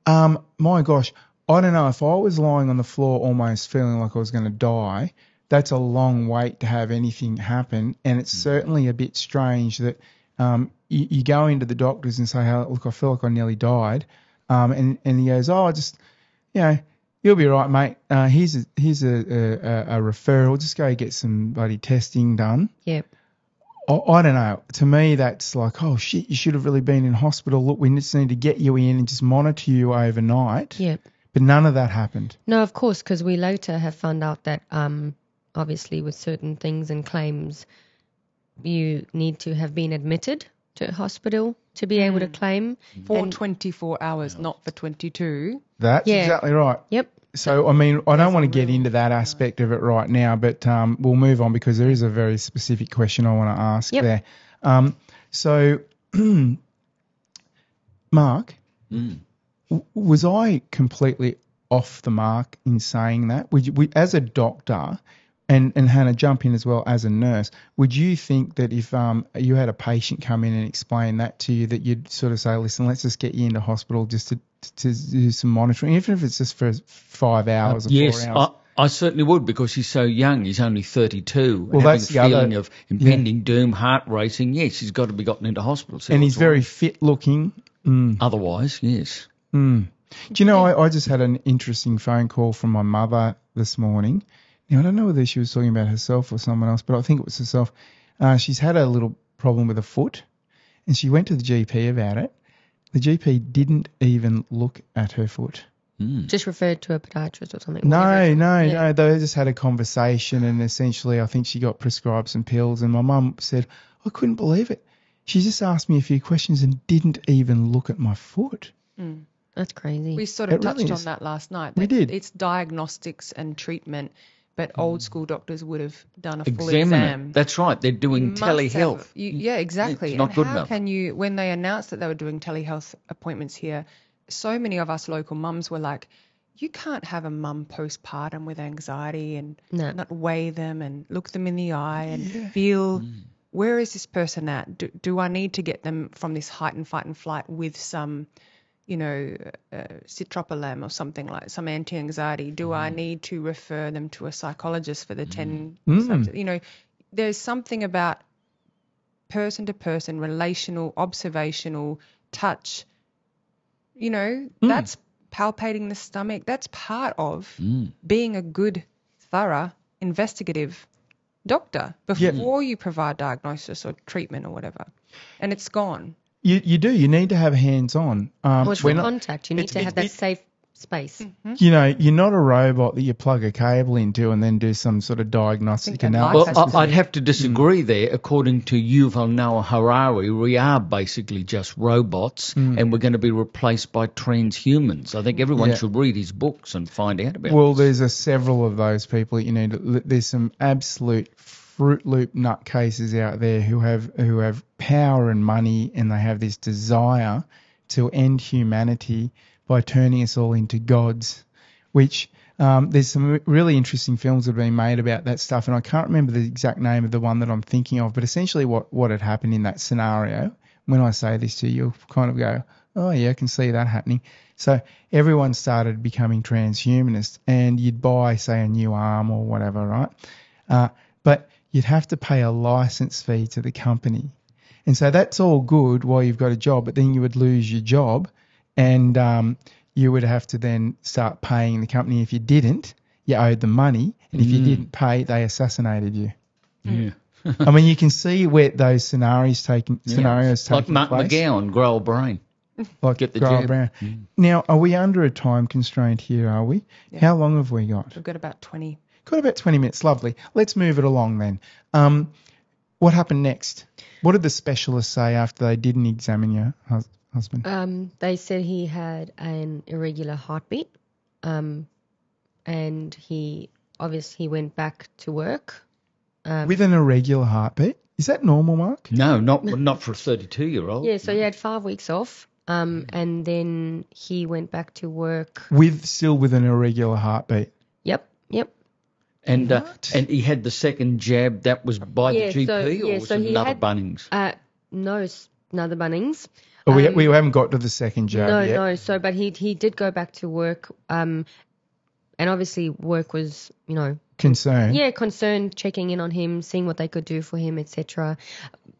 Speaker 1: Um, my gosh, I don't know. If I was lying on the floor almost feeling like I was going to die, that's a long wait to have anything happen. And it's certainly a bit strange that um, you, you go into the doctors and say, hey, look, I feel like I nearly died. Um, and, and he goes, oh, I just, you know, you'll be all right, mate. Uh, here's a, here's a, a, a- a referral. Just go get some bloody testing done.
Speaker 3: Yep.
Speaker 1: I, I don't know. To me, that's like, oh shit, you should have really been in hospital. Look, we just need to get you in and just monitor you overnight.
Speaker 3: Yep.
Speaker 1: But none of that happened.
Speaker 3: No, of course, because we later have found out that um, obviously with certain things and claims, you need to have been admitted to hospital to be able to claim.
Speaker 4: For 24 hours, not for 22.
Speaker 1: That's
Speaker 3: Yeah.
Speaker 1: exactly right.
Speaker 3: Yep.
Speaker 1: So, I mean, I don't want to get into that aspect of it right now, but um, we'll move on because there is a very specific question I want to ask
Speaker 3: Yep.
Speaker 1: there. Um, so, Mark, w- was I completely off the mark in saying that? Would you, would, as a doctor, and, and Hannah, jump in as well as a nurse, would you think that if um, you had a patient come in and explain that to you, that you'd sort of say, listen, let's just get you into hospital just to, to do some monitoring, even if it's just for five hours or
Speaker 2: Uh, Yes,
Speaker 1: four hours?
Speaker 2: I, I certainly would because he's so young. He's only 32. Well,
Speaker 1: that's the
Speaker 2: the
Speaker 1: other-
Speaker 2: feeling of impending doom, heart racing. Yes, he's got to be gotten into hospital. see
Speaker 1: and
Speaker 2: what's
Speaker 1: he's very fit looking.
Speaker 2: wrong. Otherwise, yes.
Speaker 1: Do you know, I, I just had an interesting phone call from my mother this morning. Now, I don't know whether she was talking about herself or someone else, but I think it was herself. Uh, she's had a little problem with a foot. And she went to the GP about it. The GP didn't even look at her foot. Hmm.
Speaker 3: Just referred to a podiatrist or something.
Speaker 1: No,
Speaker 3: whatever.
Speaker 1: no,
Speaker 3: Yeah.
Speaker 1: no. They just had a conversation, and essentially, I think she got prescribed some pills. And my mum said, I couldn't believe it. She just asked me a few questions and didn't even look at my foot.
Speaker 3: That's crazy.
Speaker 4: We sort of
Speaker 1: It really
Speaker 4: touched on
Speaker 1: is.
Speaker 4: that last night.
Speaker 1: We
Speaker 4: that
Speaker 1: did.
Speaker 4: It's diagnostics and treatment, but old school doctors would have done a full
Speaker 2: Hmm. Examine
Speaker 4: exam.
Speaker 2: it. That's right. They're doing
Speaker 4: must have-
Speaker 2: telehealth.
Speaker 4: you- yeah, exactly.
Speaker 2: Hmm. it's not
Speaker 4: and
Speaker 2: good
Speaker 4: how
Speaker 2: enough.
Speaker 4: can you, when they announced that they were doing telehealth appointments here, so many of us local mums were like, you can't have a mum postpartum with anxiety and
Speaker 3: No.
Speaker 4: not weigh them and look them in the eye and feel where is this person at? Do, do I need to get them from this height and fight and flight with some, you know, uh, citropalam or something like some anti-anxiety? Do I need to refer them to a psychologist for the ten? subject- You know, there's something about person to person, relational, observational, touch. You know,
Speaker 1: Hmm.
Speaker 4: that's palpating the stomach. That's part of
Speaker 1: Hmm.
Speaker 4: being a good, thorough, investigative doctor before you provide diagnosis or treatment or whatever. And it's gone.
Speaker 1: You, you do. You need to have hands on. Um,
Speaker 3: Or it's
Speaker 1: we're not-
Speaker 3: contact. You need
Speaker 1: it's-
Speaker 3: to
Speaker 1: it-
Speaker 3: have that
Speaker 1: it-
Speaker 3: safe space.
Speaker 1: you know, you're not a robot that you plug a cable into and then do some sort of diagnostic
Speaker 4: that
Speaker 1: analysis.
Speaker 4: might
Speaker 2: Well, I, I'd have to disagree there. According to Yuval Noah Harari, we are basically just robots, and we're going to be replaced by transhumans. I think everyone
Speaker 1: Hmm. Yeah.
Speaker 2: should read his books and find out about.
Speaker 1: Well, there's a several of those people that you need. to- There's some absolute fruit loop nutcases out there who have who have power and money, and they have this desire to end humanity by turning us all into gods. Which um, there's some really interesting films that have been made about that stuff, and I can't remember the exact name of the one that I'm thinking of, but essentially what what had happened in that scenario. When I say this to you, you'll kind of go, "Oh yeah, I can see that happening." So everyone started becoming transhumanist, and you'd buy, say, a new arm or whatever, right? Uh, but you'd have to pay a license fee to the company, and so that's all good while you've got a job, but then you would lose your job, and um, you would have to then start paying the company. If you didn't, you owed them money, and if you didn't pay, they assassinated you.
Speaker 2: Mm. Yeah.
Speaker 1: I mean, you can see where those scenarios taking scenarios
Speaker 2: Like
Speaker 1: taking
Speaker 2: Mark
Speaker 1: place
Speaker 2: McGowan, Grow Brain.
Speaker 1: like
Speaker 2: Get the
Speaker 1: Graham
Speaker 2: jab. Mm.
Speaker 1: Brown. Now, are we under a time constraint here? Are we? How long have we got?
Speaker 4: We've got about 20.
Speaker 1: Got about twenty minutes. Lovely. Let's move it along then. Um, what happened next? What did the specialist say after they didn't examine your hus- husband?
Speaker 3: Um, they said he had an irregular heartbeat, um, and he obviously he went back to work.
Speaker 4: Um,
Speaker 1: With an irregular heartbeat. Is that normal, Mark?
Speaker 2: No, not not for a 32 year old.
Speaker 3: Yeah, so he had five weeks off, um, and then he went back to work.
Speaker 1: With still with an irregular heartbeat.
Speaker 3: Yep, yep.
Speaker 2: And uh,
Speaker 1: What?
Speaker 2: and he had the second jab that was by
Speaker 3: Yeah, so-
Speaker 2: the GP or
Speaker 3: yeah,
Speaker 2: was
Speaker 3: so
Speaker 2: it
Speaker 3: he
Speaker 2: another
Speaker 3: had-
Speaker 2: Bunnings?
Speaker 3: Uh, no, s- another Bunnings.
Speaker 1: But
Speaker 4: Um,
Speaker 1: we, we haven't got to the second jab
Speaker 3: No,
Speaker 1: yet.
Speaker 3: no. So, but he he did go back to work, um, and obviously work was you know
Speaker 1: Concern.
Speaker 3: yeah concerned, checking in on him, seeing what they could do for him, etc.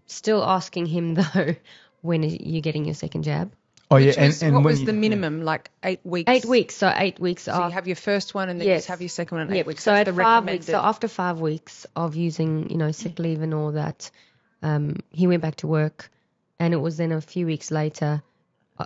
Speaker 3: Still asking him though, when are you getting your second jab?
Speaker 1: Oh yeah.
Speaker 4: Which
Speaker 1: And,
Speaker 4: was-
Speaker 1: and
Speaker 4: what
Speaker 1: when
Speaker 4: was
Speaker 1: you-
Speaker 4: the minimum? Like eight weeks?
Speaker 3: Eight weeks. So eight weeks
Speaker 4: So you
Speaker 3: after.
Speaker 4: have your first one and then you
Speaker 3: Yes.
Speaker 4: just have your second one in eight
Speaker 3: Yep.
Speaker 4: weeks.
Speaker 3: So
Speaker 4: That's
Speaker 3: at
Speaker 4: the
Speaker 3: five weeks.
Speaker 4: recommended-
Speaker 3: So after five weeks of using you know sick leave and all that, um, he went back to work, and it was then a few weeks later. uh,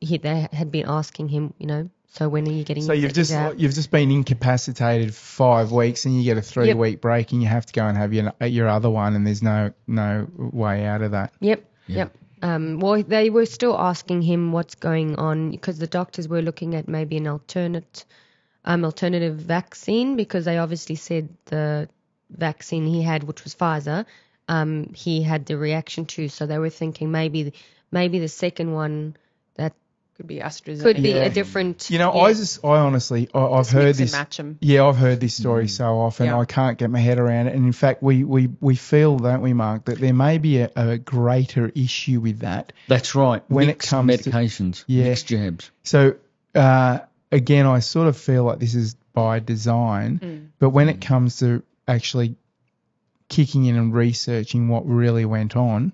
Speaker 3: He, they had been asking him, you know, so when are you getting?
Speaker 1: So
Speaker 3: your
Speaker 1: you've
Speaker 3: second
Speaker 1: just
Speaker 3: jab?
Speaker 1: you've just been incapacitated for five weeks, and you get a three
Speaker 3: Yep.
Speaker 1: week break, and you have to go and have your your other one, and there's no no way out of that.
Speaker 3: Yep. Yep. Um, well, they were still asking him what's going on because the doctors were looking at maybe an alternate, um, alternative vaccine because they obviously said the vaccine he had, which was Pfizer, um, he had the reaction to. So they were thinking maybe, maybe the second one that
Speaker 4: could be AstraZeneca.
Speaker 3: could be a different.
Speaker 1: You know,
Speaker 3: yeah.
Speaker 1: I just I honestly I, I've heard
Speaker 4: mix and
Speaker 1: this.
Speaker 4: match 'em.
Speaker 1: Yeah, I've heard this story so often.
Speaker 4: Yeah.
Speaker 1: I can't get my head around it. And in fact, we we we feel, don't we, Mark, that there may be a, a greater issue with that.
Speaker 2: That's right.
Speaker 1: When it
Speaker 2: mixed
Speaker 1: comes to-
Speaker 2: medications,
Speaker 1: Yeah.
Speaker 2: mixed jabs.
Speaker 1: So uh, again, I sort of feel like this is by design, but when it comes to actually kicking in and researching what really went on,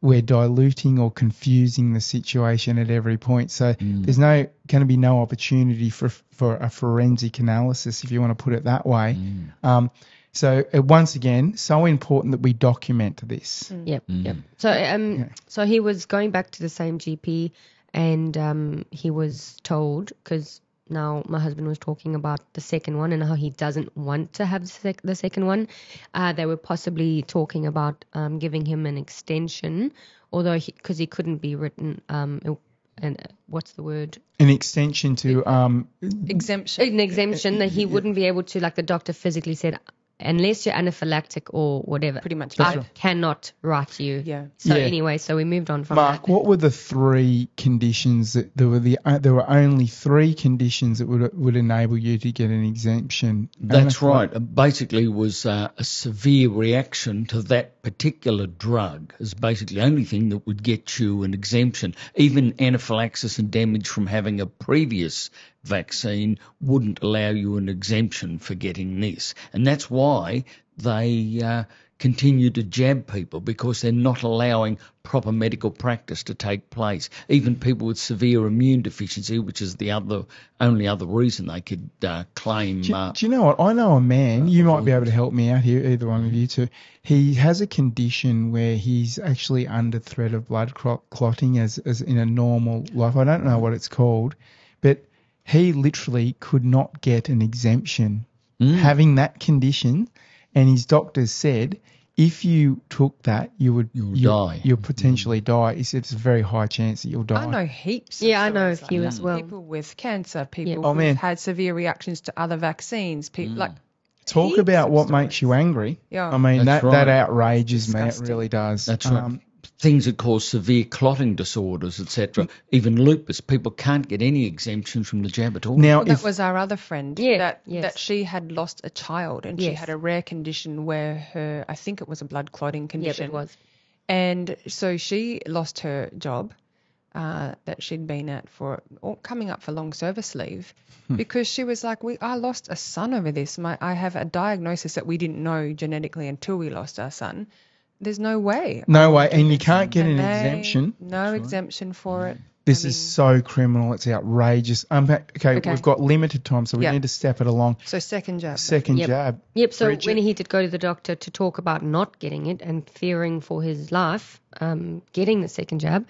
Speaker 1: we're diluting or confusing the situation at every point. So there's no going to be no opportunity for for a forensic analysis, if you want to put it that way. Um, So uh, once again, so important that we document this.
Speaker 3: Yep, yep. So um, so he was going back to the same GP, and um, he was told because now my husband was talking about the second one and how he doesn't want to have sec- the second one. Uh, they were possibly talking about um, giving him an extension, although because he, couldn't be written um, and uh, what's the word
Speaker 1: An extension to um,
Speaker 4: Exemption.
Speaker 3: an exemption that he wouldn't be able to like the doctor physically said unless you're anaphylactic or whatever
Speaker 4: Pretty much
Speaker 3: i
Speaker 4: died.
Speaker 3: cannot write you
Speaker 4: Yeah.
Speaker 3: so
Speaker 1: Yeah.
Speaker 3: anyway so we moved on from
Speaker 1: Mark,
Speaker 3: that
Speaker 1: what were the three conditions that there were the uh, there were only three conditions that would would enable you to get an exemption?
Speaker 2: That's right. It Basically, was uh, a severe reaction to that particular drug is basically the only thing that would get you an exemption. Even anaphylaxis and damage from having a previous vaccine wouldn't allow you an exemption for getting this, and that's why they uh, continue to jab people because they're not allowing proper medical practice to take place. Even people with severe immune deficiency, which is the other only other reason they could uh, claim.
Speaker 1: Do,
Speaker 2: uh,
Speaker 1: do you know what? I know a man. You might be able to help me out here, either one of you two. He has a condition where he's actually under threat of blood clot- clotting as, as in a normal life. I don't know what it's called, but he literally could not get an exemption having that condition. And his doctors said, if you took that, you would
Speaker 2: You'll die.
Speaker 1: You'll potentially die. He said it's a very high chance that you'll die.
Speaker 4: I know heaps. of
Speaker 3: Yeah, I know
Speaker 4: stories
Speaker 3: a few
Speaker 4: like
Speaker 3: as
Speaker 4: that.
Speaker 3: well.
Speaker 4: People with cancer, people
Speaker 1: Oh, man. Mm.
Speaker 4: who've had severe reactions to other vaccines, people like
Speaker 1: Talk
Speaker 4: heaps
Speaker 1: about
Speaker 4: of
Speaker 1: what
Speaker 4: stories.
Speaker 1: makes you angry.
Speaker 4: Yeah.
Speaker 1: I mean
Speaker 2: That's
Speaker 1: that that
Speaker 2: right.
Speaker 1: outrages me. It
Speaker 4: Disgusting.
Speaker 1: really does. Um,
Speaker 2: That's right. Um, Things that cause severe clotting disorders, etc. Even lupus, people can't get any exemption from the jab at all.
Speaker 1: Now,
Speaker 4: Well,
Speaker 1: if
Speaker 4: that was our other friend.
Speaker 3: Yeah,
Speaker 4: That
Speaker 3: yes.
Speaker 4: that she had lost a child and she
Speaker 3: Yes.
Speaker 4: had a rare condition where her I think it was a blood clotting
Speaker 3: yep
Speaker 4: condition.
Speaker 3: it was
Speaker 4: And so she lost her job uh, that she'd been at for or coming up for long service leave
Speaker 1: Hmm.
Speaker 4: because she was like, "We I lost a son over this. My I have a diagnosis that we didn't know genetically until we lost our son. There's no way."
Speaker 1: no way, and you can't get an
Speaker 4: And they-
Speaker 1: exemption.
Speaker 4: No exemption for it.
Speaker 1: This is so criminal. It's outrageous. Um, okay,
Speaker 4: Okay.
Speaker 1: we've got limited time, so we
Speaker 4: Yeah.
Speaker 1: need to step it along.
Speaker 4: So second job.
Speaker 1: Second
Speaker 3: Yep.
Speaker 1: jab.
Speaker 3: Yep. So
Speaker 1: Bridget.
Speaker 3: when he did go to the doctor to talk about not getting it and fearing for his life, um, getting the second jab,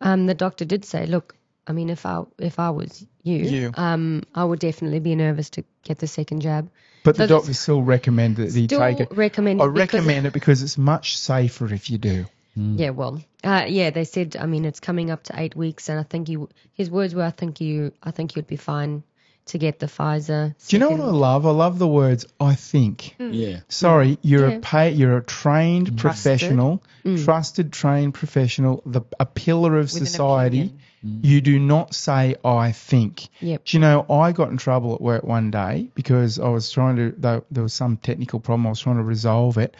Speaker 3: um, the doctor did say, "Look, I mean, if I if I was you,
Speaker 1: You.
Speaker 3: um, I would definitely be nervous to get the second jab."
Speaker 1: But the
Speaker 3: So that's-
Speaker 1: doctor still recommended that he
Speaker 3: Still
Speaker 1: take it.
Speaker 3: recommend.
Speaker 1: I
Speaker 3: because-
Speaker 1: recommend it because it's much safer if you do.
Speaker 3: Yeah. Well. Uh, yeah. They said. I mean, it's coming up to eight weeks, and I think you. His words were, "I think you. I think you'd be fine to get the Pfizer."
Speaker 1: Do you know what I love? I love the words "I
Speaker 4: Hmm.
Speaker 1: think."
Speaker 2: yeah.
Speaker 1: Sorry, you're
Speaker 3: Mm. Yeah. Mm.
Speaker 1: a pay, you're a trained professional, trusted trained professional, the a pillar of
Speaker 4: an
Speaker 1: society. You do not say I think.
Speaker 3: Yep.
Speaker 1: Do you know I got in trouble at work one day because I was trying to there, there was some technical problem I was trying to resolve it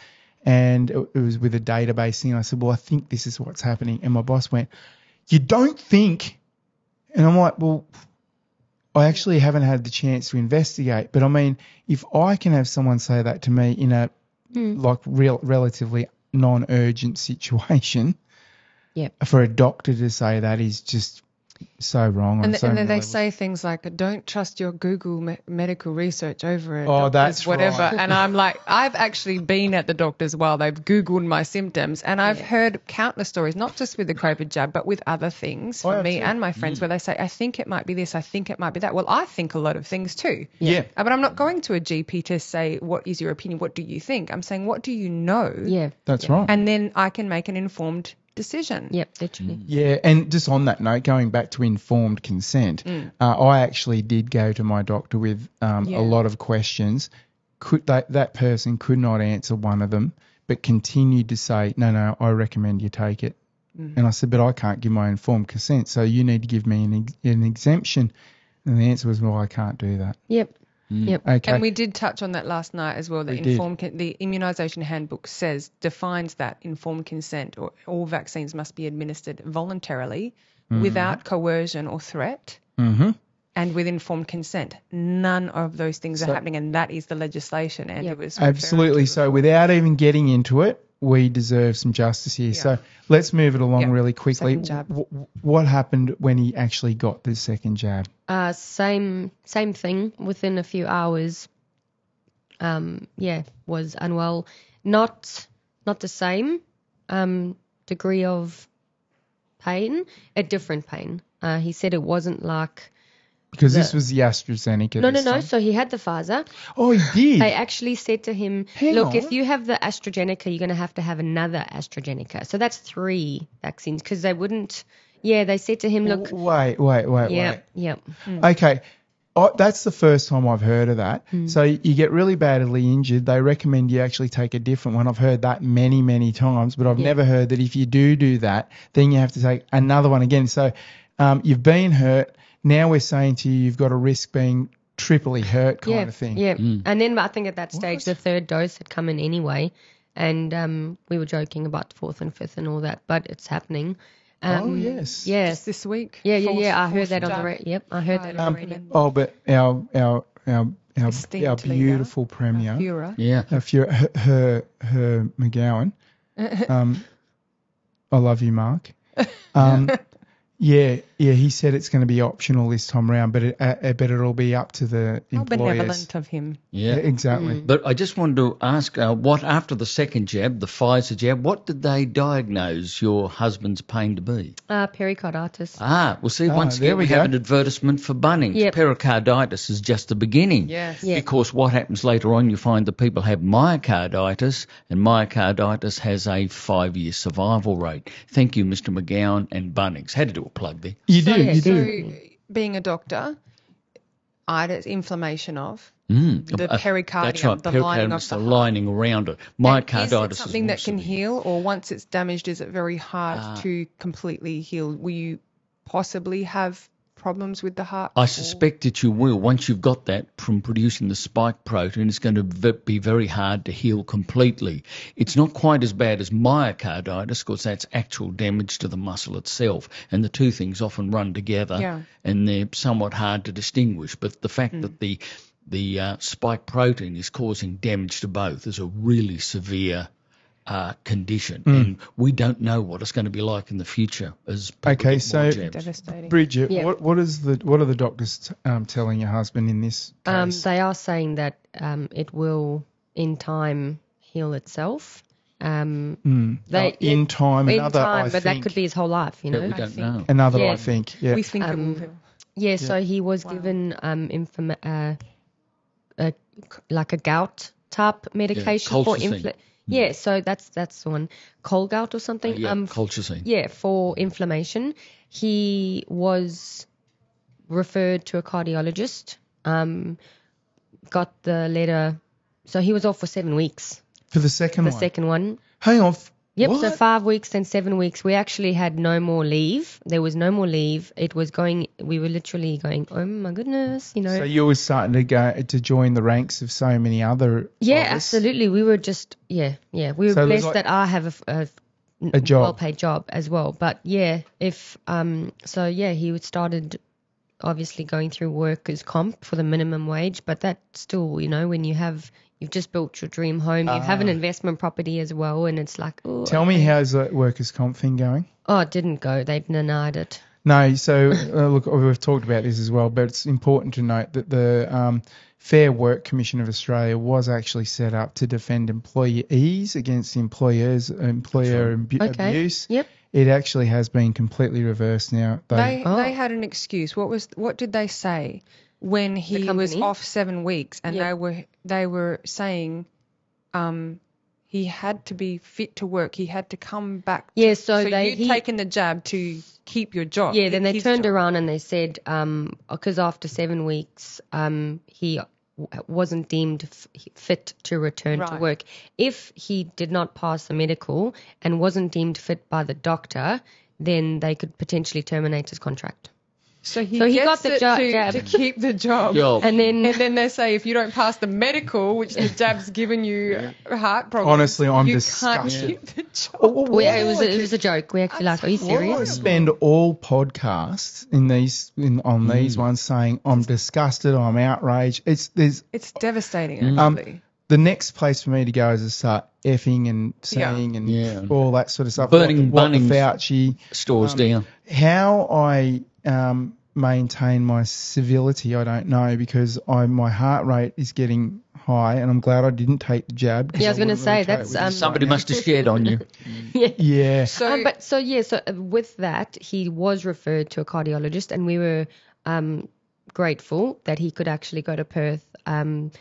Speaker 1: and it, it was with a database thing. I said, "Well, I think this is what's happening." And my boss went, "You don't think?" And I'm like, "Well, I actually haven't had the chance to investigate, but I mean, if I can have someone say that to me in a
Speaker 4: Hmm.
Speaker 1: like real relatively non-urgent situation,
Speaker 3: Yep.
Speaker 1: for a doctor to say that is just so wrong. I'm
Speaker 4: And, th-
Speaker 1: so
Speaker 4: and then they
Speaker 1: unbelievable.
Speaker 4: say things like, "Don't trust your Google me- medical research over it."
Speaker 1: Oh, that's
Speaker 4: whatever.
Speaker 1: right.
Speaker 4: And I'm like, I've actually been at the doctors while they've Googled my symptoms, and I've heard countless stories, not just with the COVID jab, but with other things
Speaker 1: I
Speaker 4: for
Speaker 1: have
Speaker 4: me
Speaker 1: too.
Speaker 4: and my friends, where they say, "I think it might be this. I think it might be that." Well, I think a lot of things too.
Speaker 1: yeah.
Speaker 4: Uh, But I'm not going to a GP to say, "What is your opinion? What do you think?" I'm saying, "What do you know?"
Speaker 3: Yeah.
Speaker 1: That's right.
Speaker 4: And then I can make an informed decision.
Speaker 3: Yep. Literally.
Speaker 1: Yeah, and just on that note, going back to informed consent, uh, I actually did go to my doctor with um,
Speaker 4: Mm. Yeah.
Speaker 1: a lot of questions. Could that that person could not answer one of them, but continued to say, "No, no, I recommend you take it."
Speaker 4: Mm-hmm.
Speaker 1: And I said, "But I can't give my informed consent, so you need to give me an ex- an exemption." And the answer was, "Well, I can't do that."
Speaker 3: Yep. Yep.
Speaker 1: Okay.
Speaker 4: And we did touch on that last night as well. That
Speaker 1: did.
Speaker 4: informed con- the immunisation handbook says defines that informed consent or all vaccines must be administered voluntarily,
Speaker 2: Hmm.
Speaker 4: without coercion or threat,
Speaker 1: hmm
Speaker 4: and with informed consent. None of those things are happening, and that is the legislation. And it was referring
Speaker 1: Absolutely.
Speaker 4: to-
Speaker 1: So without even getting into it, we deserve some justice here. So let's move it along
Speaker 4: Yeah.
Speaker 1: really quickly.
Speaker 4: Second jab.
Speaker 1: W- w- what happened when he actually got the second jab?
Speaker 3: Uh, same same thing. Within a few hours, um, yeah, was unwell. Not not the same um, degree of pain, a different pain. Uh, he said it wasn't like
Speaker 1: Because this was the AstraZeneca.
Speaker 3: no, no,
Speaker 1: this
Speaker 3: no.
Speaker 1: time.
Speaker 3: So he had the Pfizer.
Speaker 1: Oh, he
Speaker 3: They
Speaker 1: did.
Speaker 3: actually said to him,
Speaker 1: Hang
Speaker 3: "Look,
Speaker 1: on.
Speaker 3: if you have the AstraZeneca, you're going to have to have another AstraZeneca." So that's three vaccines because they wouldn't. Yeah, they said to him, "Look,
Speaker 1: W- wait, wait, wait,
Speaker 3: yeah,
Speaker 1: wait.
Speaker 3: yeah,
Speaker 1: Okay. Oh, that's the first time I've heard of that. So you get really badly injured. They recommend you actually take a different one. I've heard that many, many times, but I've never heard that if you do do that, then you have to take another one again. So um, you've been hurt. Now we're saying to you, you've got a risk being triply hurt kind
Speaker 3: yeah,
Speaker 1: of thing.
Speaker 3: yeah." And then I think at that stage, the third dose had come in anyway, and um, we were joking about the fourth and fifth and all that, but it's happening. Um,
Speaker 1: Oh, yes.
Speaker 4: Just
Speaker 3: yes,
Speaker 4: this week.
Speaker 3: yeah, yeah,
Speaker 4: Fourth-
Speaker 3: yeah. I
Speaker 4: fourth
Speaker 3: heard that on the
Speaker 4: jab.
Speaker 3: ra- yep, I heard that.
Speaker 4: Um,
Speaker 3: on
Speaker 1: Um,
Speaker 3: the radio.
Speaker 1: oh, but our our our our, our
Speaker 4: Esteemed leader,
Speaker 1: beautiful premier,
Speaker 4: Fura.
Speaker 2: Yeah.
Speaker 1: a few, her, her her McGowan. Um, I love you, Mark. Um, yeah, yeah. He said it's going to be optional this time round, but it, uh, uh, but it'll be up to the
Speaker 4: How
Speaker 1: employers.
Speaker 4: benevolent of him.
Speaker 1: Yeah,
Speaker 2: Yeah.
Speaker 1: exactly.
Speaker 3: Mm.
Speaker 2: But I just wanted to ask, uh, what after the second jab, the Pfizer jab, what did they diagnose your husband's pain to be?
Speaker 3: Uh, pericarditis.
Speaker 2: Ah, well, see, once
Speaker 1: there
Speaker 2: again,
Speaker 1: we
Speaker 2: we have
Speaker 1: go.
Speaker 2: an advertisement for Bunnings.
Speaker 3: Yep.
Speaker 2: Pericarditis is just the beginning.
Speaker 4: Yes.
Speaker 3: Yeah.
Speaker 2: Because what happens later on, you find that people have myocarditis, and myocarditis has a five year survival rate. Thank you, Mr. McGowan and Bunnings. Had to do a plug there.
Speaker 1: You do,
Speaker 3: So, yeah,
Speaker 1: you
Speaker 3: so-
Speaker 1: do.
Speaker 4: Being a doctor, I had inflammation of
Speaker 2: Mm.
Speaker 4: The
Speaker 2: Uh,
Speaker 4: pericardium,
Speaker 2: That's right,
Speaker 4: Oh, the
Speaker 2: pericardium
Speaker 4: lining of
Speaker 2: is the
Speaker 4: the
Speaker 2: lining around it.
Speaker 4: And
Speaker 2: Myocarditis
Speaker 4: is it
Speaker 2: is
Speaker 4: something
Speaker 2: more
Speaker 4: that can
Speaker 2: severe.
Speaker 4: heal, or once it's damaged, is it very hard
Speaker 2: Ah.
Speaker 4: to completely heal? Will you possibly have problems with the heart?
Speaker 2: I
Speaker 4: or-
Speaker 2: suspect that you will. Once you've got that from producing the spike protein, it's going to v- be very hard to heal completely. It's not quite as bad as myocarditis because that's actual damage to the muscle itself. And the two things often run together
Speaker 4: Yeah. Hmm.
Speaker 2: and they're somewhat hard to distinguish. But the fact that the the uh, spike protein is causing damage to both is a really severe uh, condition.
Speaker 1: Hmm.
Speaker 2: And we don't know what it's going to be like in the future as people
Speaker 1: Okay,
Speaker 2: get more
Speaker 1: so-
Speaker 2: jabs.
Speaker 4: Devastating.
Speaker 1: Bridget,
Speaker 3: Yeah.
Speaker 1: what what is the what are the doctors t- um, telling your husband in this case?
Speaker 3: Um, they are saying that um, it will, in time, heal itself. Um, they,
Speaker 1: Oh, in time,
Speaker 3: in
Speaker 1: another
Speaker 3: time,
Speaker 1: I
Speaker 3: but that
Speaker 1: think,
Speaker 3: could be his whole life, you know.
Speaker 2: But we don't
Speaker 4: think-
Speaker 2: know.
Speaker 1: another
Speaker 3: Yeah.
Speaker 1: I think. Yeah.
Speaker 4: We think
Speaker 3: Um,
Speaker 4: it will.
Speaker 3: Yeah, so he was given um, inform- uh, a, like a gout type medication for
Speaker 2: colchicine.
Speaker 3: infl- Yeah, so that's that's the one, Colgout or something.
Speaker 2: Uh, Yeah,
Speaker 3: um,
Speaker 2: culture scene.
Speaker 3: yeah, for inflammation. He was referred to a cardiologist. Um, got the letter, so he was off for seven weeks.
Speaker 1: For the second
Speaker 3: The
Speaker 1: one.
Speaker 3: second one.
Speaker 1: Hang on. f-
Speaker 3: Yep,
Speaker 1: What?
Speaker 3: so five weeks and seven weeks. We actually had no more leave. There was no more leave. It was going, we were literally going, oh my goodness, you know.
Speaker 1: so you were starting to go to join the ranks of so many other. of
Speaker 3: yeah,
Speaker 1: us.
Speaker 3: absolutely. We were just, yeah, yeah. We were
Speaker 1: So it was
Speaker 3: blessed
Speaker 1: like-
Speaker 3: that I have a f- a,
Speaker 1: A job.
Speaker 3: well paid job as well. But yeah, if, um, so yeah, he would started obviously going through workers' comp for the minimum wage, but that still, you know, when you have, you've just built your dream home, you have an investment property as well, and it's like, oh,
Speaker 1: Ah. Tell me, how's the workers' comp thing going?
Speaker 3: oh, it didn't go. They've denied it.
Speaker 1: No, so uh, look, we've talked about this as well, but it's important to note that the um, Fair Work Commission of Australia was actually set up to defend employees against employers, employer abu-
Speaker 3: Okay.
Speaker 1: abuse.
Speaker 3: Yep.
Speaker 1: It actually has been completely reversed now. though.
Speaker 4: They
Speaker 3: Oh.
Speaker 4: they had an excuse. What was what did they say when he was
Speaker 3: company?
Speaker 4: off seven weeks and
Speaker 3: Yeah.
Speaker 4: they were they were saying um he had to be fit to work. He had to come back. to-
Speaker 3: Yeah, so they-
Speaker 4: you'd
Speaker 3: he-
Speaker 4: taken the jab to keep your job.
Speaker 3: Yeah, then they
Speaker 4: his
Speaker 3: turned
Speaker 4: job.
Speaker 3: around and they said, um, because after seven weeks, um, he w- wasn't deemed f- fit to return to
Speaker 4: Right.
Speaker 3: work. If he did not pass the medical and wasn't deemed fit by the doctor, then they could potentially terminate his contract.
Speaker 4: So he,
Speaker 3: So he
Speaker 4: gets
Speaker 3: got the
Speaker 4: it
Speaker 3: jo-
Speaker 4: to,
Speaker 3: jab.
Speaker 4: to keep the job.
Speaker 2: Job.
Speaker 3: And then,
Speaker 4: And then they say if you don't pass the medical, which the jab's given you heart problems.
Speaker 1: Honestly, I'm
Speaker 4: you
Speaker 1: disgusted.
Speaker 4: Can't keep the job.
Speaker 1: Oh, well,
Speaker 3: we,
Speaker 1: why
Speaker 3: it was a, it was a joke. We actually like, are you
Speaker 1: would I
Speaker 3: serious?
Speaker 1: spend all podcasts in these in, on these ones saying I'm disgusted, I'm outraged. It's there's
Speaker 4: It's devastating,
Speaker 1: Um,
Speaker 4: actually.
Speaker 1: the next place for me to go is to start effing and saying and
Speaker 2: Yeah.
Speaker 1: all that sort of stuff.
Speaker 2: Burning
Speaker 1: what, what the
Speaker 2: Bunnings.
Speaker 1: Fauci.
Speaker 3: um,
Speaker 2: Stores down.
Speaker 1: How I um, maintain my civility, I don't know because I my heart rate is getting high, and I'm glad I didn't take the jab. 'cause
Speaker 3: Yeah, I was gonna
Speaker 1: would've
Speaker 3: say,
Speaker 1: really
Speaker 3: that's,
Speaker 1: tried it with
Speaker 3: um,
Speaker 1: this
Speaker 2: Somebody
Speaker 1: right
Speaker 2: must have shared on you.
Speaker 3: yeah.
Speaker 1: now. Yeah.
Speaker 4: So,
Speaker 3: Um, but so yeah, so uh, with that, he was referred to a cardiologist, and we were um, grateful that he could actually go to Perth um,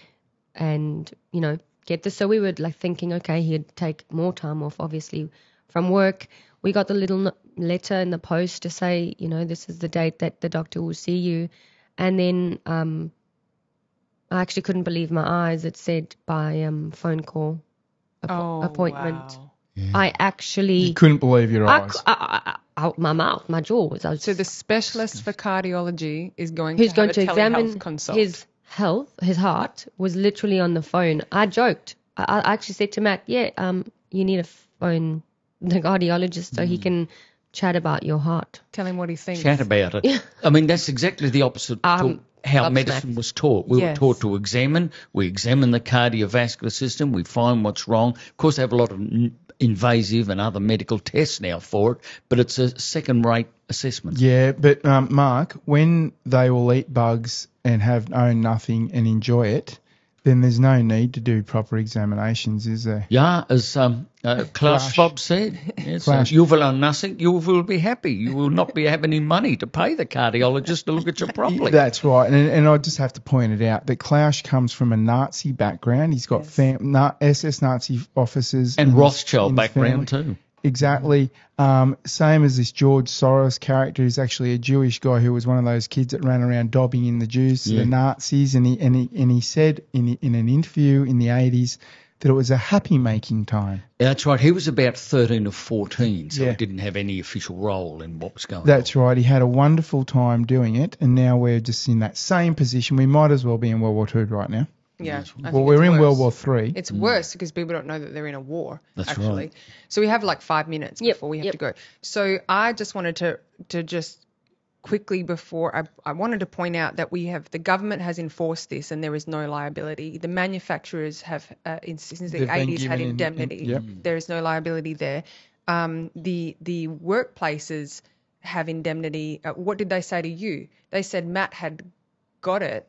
Speaker 3: and you know get this. So we were like thinking, okay, he'd take more time off, obviously, from work. We got the little n- letter in the post to say, you know, this is the date that the doctor will see you, and then um, I actually couldn't believe my eyes. It said by um, phone call appo-
Speaker 4: oh,
Speaker 3: appointment.
Speaker 4: wow.
Speaker 3: I actually
Speaker 1: You couldn't believe your
Speaker 3: I,
Speaker 1: eyes.
Speaker 3: I, I, I, my mouth, my jaw was. I was
Speaker 4: So the specialist for cardiology is going
Speaker 3: who's
Speaker 4: to
Speaker 3: going
Speaker 4: have
Speaker 3: to
Speaker 4: a telehealth
Speaker 3: examine
Speaker 4: consult.
Speaker 3: his health, his heart, was literally on the phone. I joked. I, I actually said to Matt, "Yeah, um, you need a phone, the cardiologist, so he can chat about your heart."
Speaker 4: Tell him what he thinks.
Speaker 2: Chat about it. I mean, that's exactly the opposite to
Speaker 3: Um,
Speaker 2: how
Speaker 3: gobsmacked.
Speaker 2: medicine was taught. We
Speaker 4: Yes.
Speaker 2: were taught to examine. We examine the cardiovascular system. We find what's wrong. Of course, they have a lot of n- invasive and other medical tests now for it, but it's a second-rate assessment.
Speaker 1: Yeah, but um, Mark, when they all eat bugs and have own nothing and enjoy it, then there's no need to do proper examinations, is there?
Speaker 2: Yeah, as um, uh, Klaus
Speaker 1: Clash.
Speaker 2: Bob said, yes, uh,
Speaker 1: Clash.
Speaker 2: you will own nothing, you will be happy. You will not be having any money to pay the cardiologist to look at you properly.
Speaker 1: That's right, and and I just have to point it out that Klausch comes from a Nazi background. He's got fam- na- SS Nazi officers in
Speaker 2: and
Speaker 1: his-
Speaker 2: Rothschild
Speaker 1: in his
Speaker 2: background
Speaker 1: family.
Speaker 2: too.
Speaker 1: Exactly. Um, same as this George Soros character, who's actually a Jewish guy who was one of those kids that ran around dobbing in the Jews to
Speaker 2: Yeah.
Speaker 1: the Nazis, and he and he, and he said in in an interview in the eighties that it was a happy making time.
Speaker 2: That's right. He was about 13 or 14, so
Speaker 1: Yeah.
Speaker 2: he didn't have any official role in what was going
Speaker 1: That's right. He had a wonderful time doing it, and now we're just in that same position. We might as well be in World War Two right now.
Speaker 4: Yeah. I
Speaker 1: Well,
Speaker 4: think
Speaker 1: we're
Speaker 4: it's
Speaker 1: in World
Speaker 4: worse.
Speaker 1: War Three.
Speaker 4: It's worse because people don't know that they're in a war.
Speaker 2: That's
Speaker 4: actually.
Speaker 2: right.
Speaker 4: So we have like five minutes
Speaker 3: Yep,
Speaker 4: before we have
Speaker 3: yep.
Speaker 4: to go. So I just wanted to to just quickly before I, I wanted to point out that we have the government has enforced this and there is no liability. The manufacturers have uh, in, since the
Speaker 1: They've been
Speaker 4: 80s had
Speaker 1: given in- in-
Speaker 4: indemnity.
Speaker 1: yep.
Speaker 4: There is no liability there. Um, the the workplaces have indemnity. Uh, what did they say to you? They said Matt had got it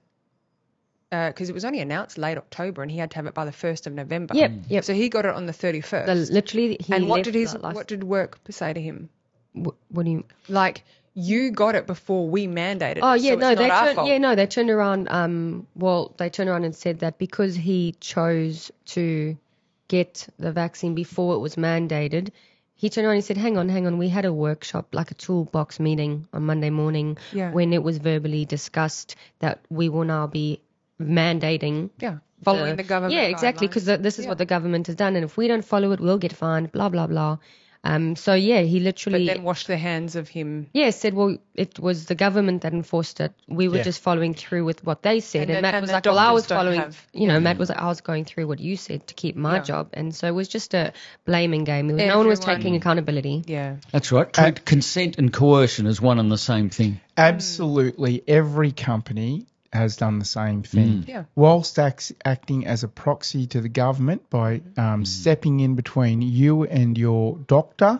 Speaker 4: because it was only announced late October and he had to have it by the 1st of November.
Speaker 3: Yep, yep.
Speaker 4: So he got it on the 31st.
Speaker 3: The, literally, he
Speaker 4: and what
Speaker 3: left
Speaker 4: did his
Speaker 3: that last-
Speaker 4: what did work say to him?
Speaker 3: what, what do you?
Speaker 4: Like you got it before we mandated.
Speaker 3: Oh
Speaker 4: it,
Speaker 3: yeah,
Speaker 4: so
Speaker 3: no,
Speaker 4: it's
Speaker 3: they
Speaker 4: not our
Speaker 3: turned,
Speaker 4: fault.
Speaker 3: yeah, no, they turned around. Um, well, they turned around and said that because he chose to get the vaccine before it was mandated, he turned around and said, "Hang on, hang on, we had a workshop, like a toolbox meeting on Monday morning,
Speaker 4: Yeah.
Speaker 3: when it was verbally discussed that we will now be mandating."
Speaker 4: yeah, following the, government.
Speaker 3: Yeah, exactly, because this is
Speaker 4: Yeah.
Speaker 3: what the government has done, and if we don't follow it, we'll get fined. Blah blah blah. Um, so yeah, he
Speaker 4: guidelines.
Speaker 3: literally
Speaker 4: then wash their hands of him.
Speaker 3: yeah, said, well, it was the government that enforced it. We were
Speaker 1: Yeah.
Speaker 3: just following through with what they said.
Speaker 4: And
Speaker 3: And,
Speaker 4: then-
Speaker 3: Matt
Speaker 4: and
Speaker 3: was
Speaker 4: the
Speaker 3: like, well, I
Speaker 4: doctors
Speaker 3: was
Speaker 4: don't
Speaker 3: following,
Speaker 4: have-
Speaker 3: you know, Matt was like, I was going through what you said to keep my
Speaker 4: Yeah.
Speaker 3: job. And so it was just a blaming game. There was- No one was
Speaker 4: Everyone-
Speaker 3: taking accountability.
Speaker 4: Yeah,
Speaker 2: That's right. Treat consent and coercion as one and the same thing.
Speaker 1: Absolutely, every company has done the same thing.
Speaker 4: Yeah.
Speaker 1: Whilst act- acting as a proxy to the government by um, stepping in between you and your doctor,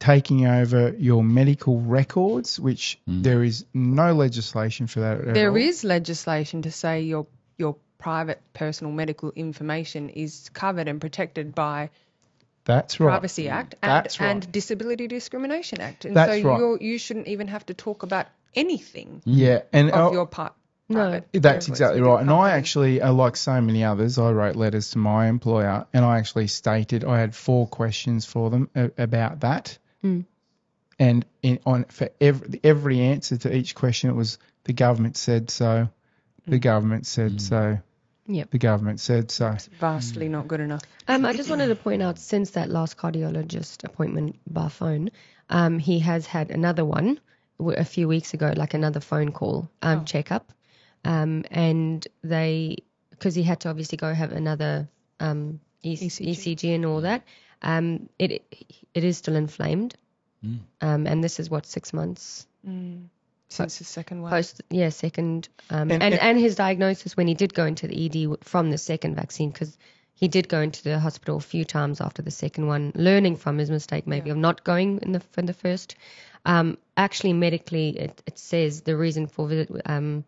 Speaker 1: taking over your medical records, which there is no legislation for that. At all.
Speaker 4: there is legislation to say your your private personal medical information is covered and protected by
Speaker 1: That's right.
Speaker 4: Privacy Act and,
Speaker 1: That's right.
Speaker 4: and Disability Discrimination Act, and
Speaker 1: That's
Speaker 4: so
Speaker 1: right.
Speaker 4: you're, you shouldn't even have to talk about anything
Speaker 1: Yeah, and
Speaker 4: of
Speaker 1: uh,
Speaker 4: your part. private
Speaker 1: That's
Speaker 4: privilege
Speaker 1: exactly
Speaker 4: within
Speaker 1: right. And I
Speaker 4: company.
Speaker 1: actually, uh, like so many others, I wrote letters to my employer and I actually stated I had four questions for them a- about that.
Speaker 3: Hmm.
Speaker 1: And in, on for every, every answer to each question, it was the government said so, the government said so,
Speaker 3: Hmm. Yep.
Speaker 1: the government said so.
Speaker 4: vastly not good
Speaker 1: Mm.
Speaker 4: enough.
Speaker 3: Um, I just wanted to point out since that last cardiologist appointment by phone, um, he has had another one w- a few weeks ago, like another phone call um, checkup, um, and they because he had to obviously go have another um, e- ECG. and all that. Um, it it is still inflamed, um, and this is what six months
Speaker 4: Since the second one.
Speaker 3: post yeah second um,
Speaker 1: And-
Speaker 3: and, and his diagnosis when he did go into the ed w- from the second vaccine because he did go into the hospital a few times after the second one learning from his mistake maybe of not going in the from the first um, actually medically it, it says the reason for the um,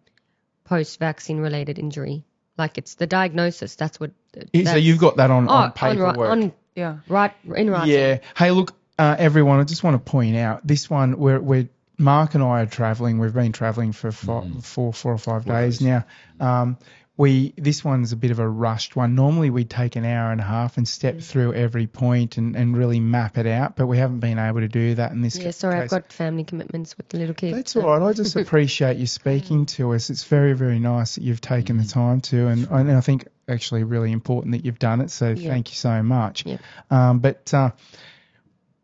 Speaker 3: post vaccine related injury Like it's the diagnosis. That's what.
Speaker 1: So
Speaker 3: that's-
Speaker 1: you've got that on,
Speaker 3: oh,
Speaker 1: on
Speaker 3: ri-
Speaker 1: paperwork.
Speaker 3: on
Speaker 4: Yeah.
Speaker 3: right in writing.
Speaker 1: Yeah. Hey, look, uh, everyone. I just want to point out this one where where Mark and I are traveling. We've been traveling for four, four, Mm-hmm. four or five days now. Um, we this one's a bit of a rushed one. Normally we take an hour and a half and
Speaker 3: Mm.
Speaker 1: step through every point and, and really map it out, but we haven't been able to do that in this.
Speaker 3: Yeah, sorry, I've
Speaker 1: case.
Speaker 3: got family commitments with the little kids.
Speaker 1: That's
Speaker 3: so-
Speaker 1: all right. I just appreciate you speaking to us. It's very, very nice that you've taken the
Speaker 3: Mm.
Speaker 1: time to, and, and I think actually really important that you've done it. So
Speaker 3: Yeah.
Speaker 1: thank you so much.
Speaker 3: Yeah.
Speaker 1: Um, but uh,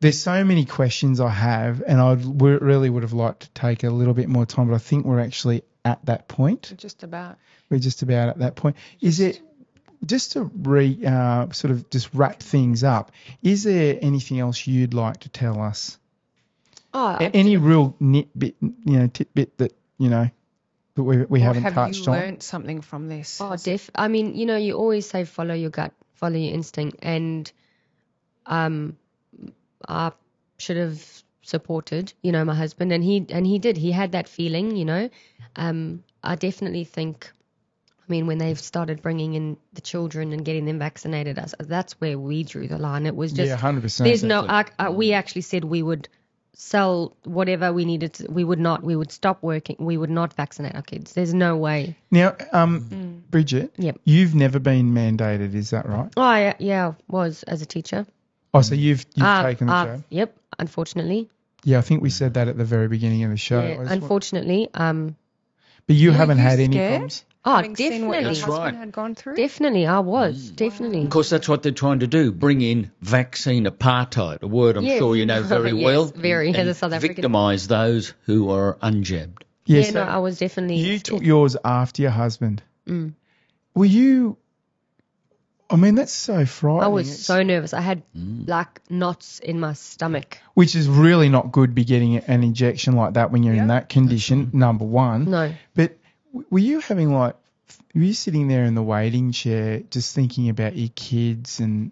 Speaker 1: there's so many questions I have, and I really would have liked to take a little bit more time, but I think we're actually at that point.
Speaker 4: Just about.
Speaker 1: We're just about at that point. Is it just to re uh, sort of just wrap things up? Is there anything else you'd like to tell us?
Speaker 3: Oh,
Speaker 1: A- any real nitbit, you know, tidbit that you know that we we
Speaker 4: Or
Speaker 1: haven't
Speaker 4: have
Speaker 1: touched
Speaker 4: you
Speaker 1: on.
Speaker 4: learned something from this?
Speaker 3: Oh, def. I mean, you know, you always say follow your gut, follow your instinct, and um, I should have supported, you know, my husband, and he and he did. He had that feeling, you know. Um, I definitely think. I mean, when they've started bringing in the children and getting them vaccinated, us that's where we drew the line. It was just
Speaker 1: yeah, hundred percent.
Speaker 3: there's no. I, I, we actually said we would sell whatever we needed. To, we would not. We would stop working. We would not vaccinate our kids. There's no way.
Speaker 1: now, um, Bridget,
Speaker 3: Mm. Yep.
Speaker 1: you've never been mandated, is that right?
Speaker 3: Oh, yeah, yeah, I was as a teacher.
Speaker 1: Oh, so you've you've
Speaker 3: Uh,
Speaker 1: taken the
Speaker 3: uh,
Speaker 1: jab.
Speaker 3: Yep, unfortunately.
Speaker 1: Yeah, I think we said that at the very beginning of the show.
Speaker 3: yeah,
Speaker 1: I just want-
Speaker 3: unfortunately. Um,
Speaker 1: but you
Speaker 4: Were
Speaker 1: haven't
Speaker 4: you
Speaker 1: had any
Speaker 4: scared?
Speaker 1: problems.
Speaker 3: oh,
Speaker 4: Having seen what your
Speaker 3: definitely.
Speaker 2: That's
Speaker 4: husband
Speaker 2: right.
Speaker 4: had gone through.
Speaker 3: Definitely, I was.
Speaker 4: Mm.
Speaker 3: Definitely.
Speaker 2: Of course, that's what they're trying to do: bring in vaccine apartheid, a word I'm
Speaker 3: Yes.
Speaker 2: sure you know very
Speaker 3: Yes,
Speaker 2: well.
Speaker 3: very,
Speaker 2: and
Speaker 3: as a South African.
Speaker 2: victimise those who are unjabbed.
Speaker 3: Yeah,
Speaker 1: Yes.
Speaker 3: no, I was definitely.
Speaker 1: you
Speaker 3: scared. Mm.
Speaker 1: took yours after your husband. Were you? I mean, that's so frightening.
Speaker 3: I was
Speaker 1: It's-
Speaker 3: so nervous. I had
Speaker 1: Mm.
Speaker 3: like knots in my stomach.
Speaker 1: which is really not good. Be getting an injection like that when you're in that condition. Number one.
Speaker 3: No.
Speaker 1: But w- were you having like, were you sitting there in the waiting chair just thinking about your kids and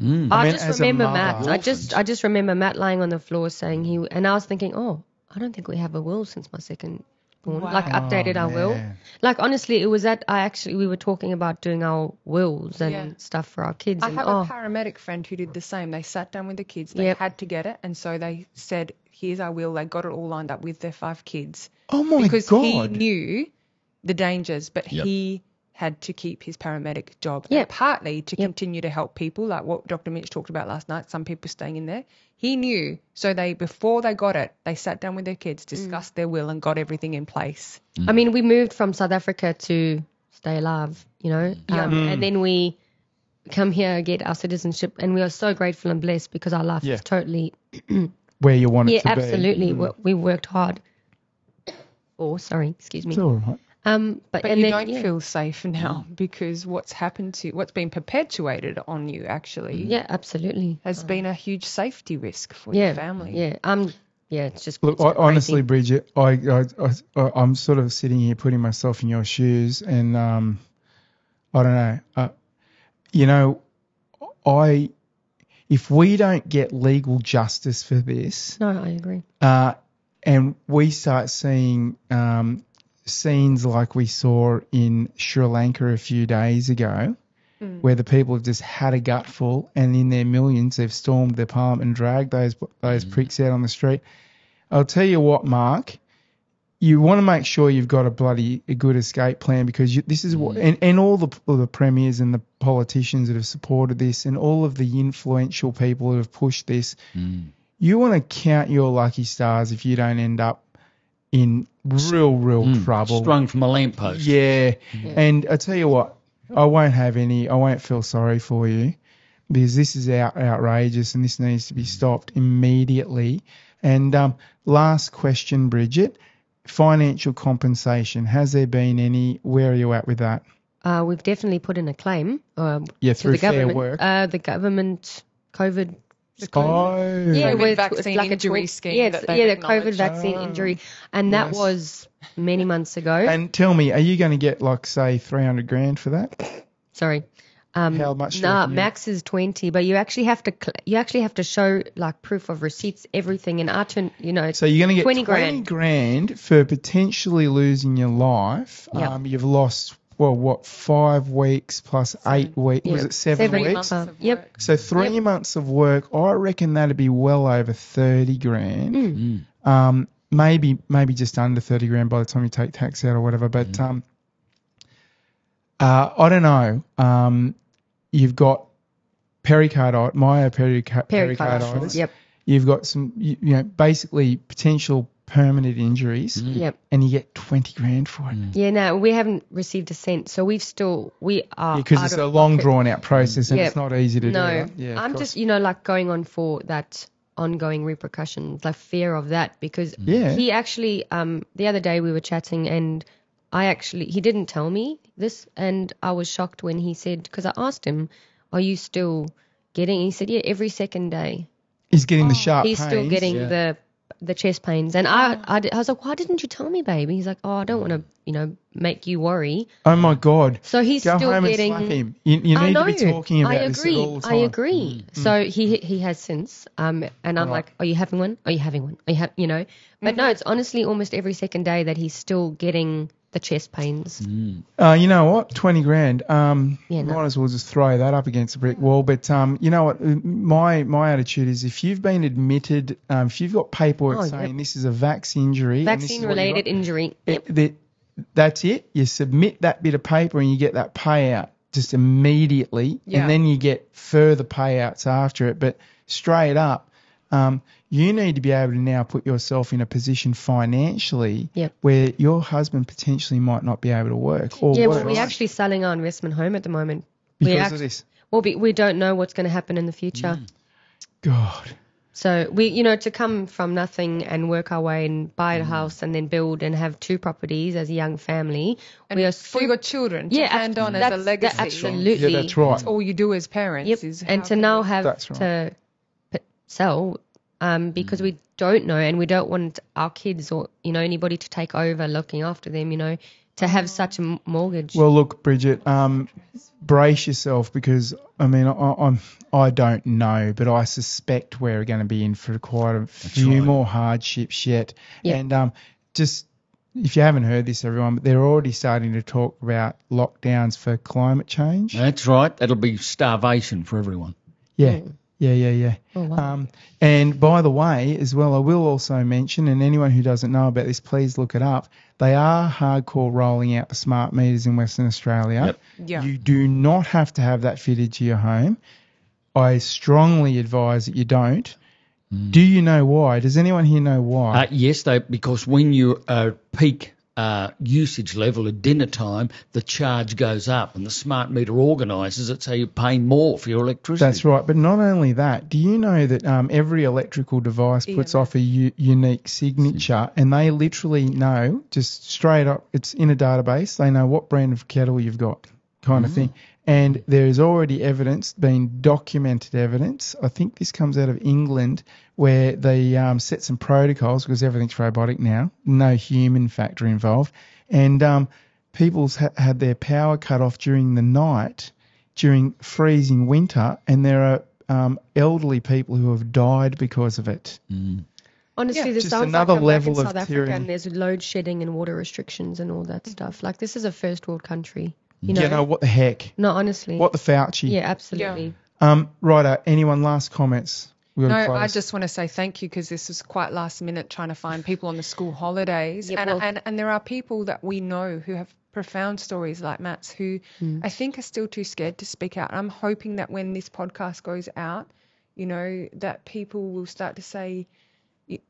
Speaker 3: I,
Speaker 1: mean, as
Speaker 3: just
Speaker 1: a
Speaker 3: remember
Speaker 1: mother-
Speaker 3: Matt. I just I just remember Matt lying on the floor saying he and I was thinking, oh, I don't think we have a will since my second born. Like updated our will.
Speaker 1: oh, man.
Speaker 3: Like honestly, it was that I actually we were talking about doing our wills and
Speaker 4: Yeah.
Speaker 3: stuff for our kids.
Speaker 4: I
Speaker 3: and,
Speaker 4: have
Speaker 3: oh,
Speaker 4: a paramedic friend who did the same. They sat down with the kids. They
Speaker 3: Yep.
Speaker 4: had to get it, and so they said, "Here's our will." They got it all lined up with their five kids
Speaker 1: oh my
Speaker 4: because he
Speaker 1: god,
Speaker 4: knew the dangers, but
Speaker 2: Yep.
Speaker 4: he had to keep his paramedic job.
Speaker 3: Yep.
Speaker 4: partly to continue to help people, like what Dr. Mitch talked about last night. Some people staying in there. He knew, so they before they got it, they sat down with their
Speaker 3: Mm.
Speaker 4: kids, discussed their will, and got everything in place.
Speaker 3: I mean, we moved from South Africa to stay alive, you know,
Speaker 4: Yeah.
Speaker 3: um,
Speaker 1: Mm.
Speaker 3: and then we come here, get our citizenship, and we are so grateful and blessed because our life
Speaker 1: Yeah.
Speaker 3: is totally,
Speaker 1: where you Mm. want it
Speaker 3: yeah,
Speaker 1: to be.
Speaker 3: absolutely. We, we worked hard. Oh, sorry, excuse me.
Speaker 1: It's all right.
Speaker 3: Um, but,
Speaker 4: But
Speaker 3: and
Speaker 4: you
Speaker 3: then,
Speaker 4: don't
Speaker 3: yeah,
Speaker 4: feel safe now because what's happened to what's been perpetuated on you actually
Speaker 1: Mm.
Speaker 3: yeah, absolutely,
Speaker 4: has been a huge safety risk for
Speaker 3: Mm. yeah,
Speaker 4: your family.
Speaker 3: yeah. Um, yeah, it's just
Speaker 1: Look,
Speaker 3: it's
Speaker 1: I,
Speaker 3: crazy.
Speaker 1: honestly, Bridget, I, I, I, I'm sort of sitting here putting myself in your shoes, and um, I don't know. Uh, you know, I, if we don't get legal justice for this,
Speaker 3: No, I agree.
Speaker 1: uh, and we start seeing um, scenes like we saw in Sri Lanka a few days ago, where the people have just had a gutful, and in their millions they've stormed their parliament and dragged those those pricks out on the street. I'll tell you what, Mark. You want to make sure you've got a bloody a good escape plan because you, this is what and, and all the all the premiers and the politicians that have supported this and all of the influential people that have pushed this you want to count your lucky stars if you don't end up in real, real
Speaker 2: Mm.
Speaker 1: trouble.
Speaker 2: Strung from a lamppost.
Speaker 1: Yeah. And I tell you what, I won't have any, I won't feel sorry for you because this is out, outrageous and this needs to be stopped immediately. And um, last question, Bridget financial compensation. Has there been any? Where are you at with that?
Speaker 3: Uh, we've definitely put in a claim. Um,
Speaker 1: Yeah,
Speaker 3: to
Speaker 1: through
Speaker 3: the
Speaker 1: fair
Speaker 3: government.
Speaker 1: work.
Speaker 3: Uh, the government COVID
Speaker 1: oh,
Speaker 3: yeah,
Speaker 4: COVID
Speaker 3: where it's-
Speaker 4: vaccine
Speaker 3: it's like a
Speaker 4: injury
Speaker 3: twen-
Speaker 4: scheme
Speaker 3: Yeah,
Speaker 4: that
Speaker 3: it's-
Speaker 4: they've
Speaker 3: yeah, the COVID
Speaker 4: acknowledged.
Speaker 3: vaccine injury, and that
Speaker 1: Yes.
Speaker 3: was many months ago.
Speaker 1: And tell me, are you going to get like say three hundred grand for that?
Speaker 3: Sorry. Um,
Speaker 1: How much do you
Speaker 3: Nah,
Speaker 1: reckon you-
Speaker 3: max is twenty, but you actually have to cl- you actually have to show like proof of receipts, everything, and I turn you know.
Speaker 1: So you're going to get 20
Speaker 3: 20 grand.
Speaker 1: grand. for potentially losing your life.
Speaker 3: Yep.
Speaker 1: Um, you've lost well, what, five weeks plus eight weeks? Was
Speaker 3: Yeah.
Speaker 1: it seven,
Speaker 3: Seven
Speaker 1: weeks?
Speaker 3: months.
Speaker 4: Months of
Speaker 3: Yep.
Speaker 4: work.
Speaker 1: So three
Speaker 4: Yep.
Speaker 1: months of work, I reckon that'd be well over thirty grand.
Speaker 3: Mm.
Speaker 1: Um, maybe maybe just under thirty grand by the time you take tax out or whatever. But um, uh, I don't know. Um, you've got pericarditis, myopericarditis.
Speaker 3: Pericarditis. Yep.
Speaker 1: You've got some, you, you know, basically potential permanent injuries,
Speaker 3: Yep.
Speaker 1: and you get twenty grand for it.
Speaker 3: Yeah. No, we haven't received a cent, so we've still we are
Speaker 1: Because
Speaker 3: out
Speaker 1: it's
Speaker 3: of
Speaker 1: a long,
Speaker 3: pocket.
Speaker 1: drawn out process and it's
Speaker 3: Yeah.
Speaker 1: not easy to do.
Speaker 3: No,
Speaker 1: right? Yeah, of
Speaker 3: I'm
Speaker 1: course.
Speaker 3: just you know like going on for that ongoing repercussions, the fear of that because
Speaker 1: Mm. Yeah.
Speaker 3: he actually um the other day we were chatting and I actually he didn't tell me this and I was shocked when he said because I asked him, are you still getting? He said yeah every second day.
Speaker 1: He's getting the sharp
Speaker 3: Oh, He's still
Speaker 1: pains.
Speaker 3: getting
Speaker 2: Yeah.
Speaker 3: the the chest pains and I, I di- I was like why didn't you tell me baby? He's like oh I don't want to you know make you worry.
Speaker 1: Oh my god.
Speaker 3: So he's
Speaker 1: Go
Speaker 3: still
Speaker 1: home
Speaker 3: getting
Speaker 1: and slap him. You, you need to be talking about
Speaker 3: I
Speaker 1: this
Speaker 3: agree.
Speaker 1: at all Mm, the time.
Speaker 3: I agree. So he he has since, um, and I'm like, are you having one? Are you having one? Are you ha-? you know? But
Speaker 1: Mm-hmm.
Speaker 3: no, it's honestly almost every second day that he's still getting the chest pains.
Speaker 1: Uh, you know what? Twenty grand. Um,
Speaker 3: Yeah, no.
Speaker 1: might as well just throw that up against a brick wall. But um, you know what? My my attitude is if you've been admitted, um, if you've got paperwork
Speaker 3: Oh, yep.
Speaker 1: saying this is a vaccine injury, and this is
Speaker 3: Vaccine
Speaker 1: what you
Speaker 3: related
Speaker 1: got,
Speaker 3: injury. Yep.
Speaker 1: it- that- that's it. You submit that bit of paper and you get that payout just immediately,
Speaker 4: Yeah.
Speaker 1: and then you get further payouts after it. But straight up, um, you need to be able to now put yourself in a position financially
Speaker 3: Yep.
Speaker 1: where your husband potentially might not be able to work or
Speaker 3: Yeah, well,
Speaker 1: work
Speaker 3: we're actually selling our investment home at the moment.
Speaker 1: Oh, because
Speaker 3: we
Speaker 1: of
Speaker 3: act-
Speaker 1: this. Mm.
Speaker 3: well, we, we don't know what's going to happen in the future.
Speaker 1: God.
Speaker 3: So we, you know, to come from nothing and work our way and buy
Speaker 1: Mm.
Speaker 3: a house and then build and have two properties as a young family, we are
Speaker 4: For your children to
Speaker 3: Yeah,
Speaker 4: hand on as a
Speaker 3: that's- that-
Speaker 4: legacy.
Speaker 3: absolutely.
Speaker 1: Yeah, that's right.
Speaker 4: That's all you do as parents
Speaker 3: Yep.
Speaker 4: is
Speaker 3: And
Speaker 4: how
Speaker 3: to
Speaker 4: can
Speaker 3: now
Speaker 4: you-
Speaker 3: have
Speaker 1: That's right. Mm.
Speaker 3: to p- sell um, because we don't know and we don't want our kids or you know anybody to take over looking after them. You know, to
Speaker 4: Mm.
Speaker 3: have such a m- mortgage.
Speaker 1: Well, look, Bridget, um, brace yourself because I mean, I, I'm I don't know, but I suspect we're going to be in for quite a few
Speaker 2: right.
Speaker 1: more hardships yet.
Speaker 3: Yeah.
Speaker 1: And um, just if you haven't heard this, everyone, but they're already starting to talk about lockdowns for climate change.
Speaker 2: That's right. That'll be starvation for everyone.
Speaker 1: Yeah. Yeah, yeah, yeah. um, and by the way, as well, I will also mention, and anyone who doesn't know about this, please look it up. They are hardcore rolling out the smart meters in Western Australia.
Speaker 4: Yeah.
Speaker 1: You do not have to have that fitted to your home. I strongly advise that you don't. Do you know why? Does anyone here know why?
Speaker 2: Uh, yes, they because when you are peak uh, usage level at dinner time, the charge goes up, and the smart meter organises it so you pay more for your electricity.
Speaker 1: That's right. But not only that, do you know that um, every electrical device puts off a u- unique signature and they literally know, just straight up, it's in a database, they know what brand of kettle you've got, kind of thing. And there is already evidence, been documented evidence. I think this comes out of England, where they um, set some protocols because everything's robotic now, no human factor involved. And um, people's ha- had their power cut off during the night during freezing winter, and there are um, elderly people who have died because of it.
Speaker 3: Honestly,
Speaker 4: Yeah.
Speaker 3: this
Speaker 1: Just
Speaker 3: sounds
Speaker 1: another
Speaker 3: like I'm
Speaker 1: level
Speaker 3: back in
Speaker 1: of
Speaker 3: South Africa
Speaker 1: tyranny.
Speaker 3: and there's load shedding and water restrictions and all
Speaker 4: Mm.
Speaker 3: that stuff. Like this is a first world country. You know,
Speaker 1: You know what the heck?
Speaker 3: no, honestly.
Speaker 1: Mm. What the Fauci?
Speaker 3: yeah, absolutely.
Speaker 1: Um, righto. Anyone last comments? We're
Speaker 4: No,
Speaker 1: gonna
Speaker 4: I
Speaker 1: close.
Speaker 4: just want to say thank you because this was quite last minute trying to find people on the school holidays.
Speaker 3: Yeah,
Speaker 4: and,
Speaker 3: well-
Speaker 4: and, and there are people that we know who have profound stories like Matt's who I think are still too scared to speak out. I'm hoping that when this podcast goes out, you know, that people will start to say, "Y-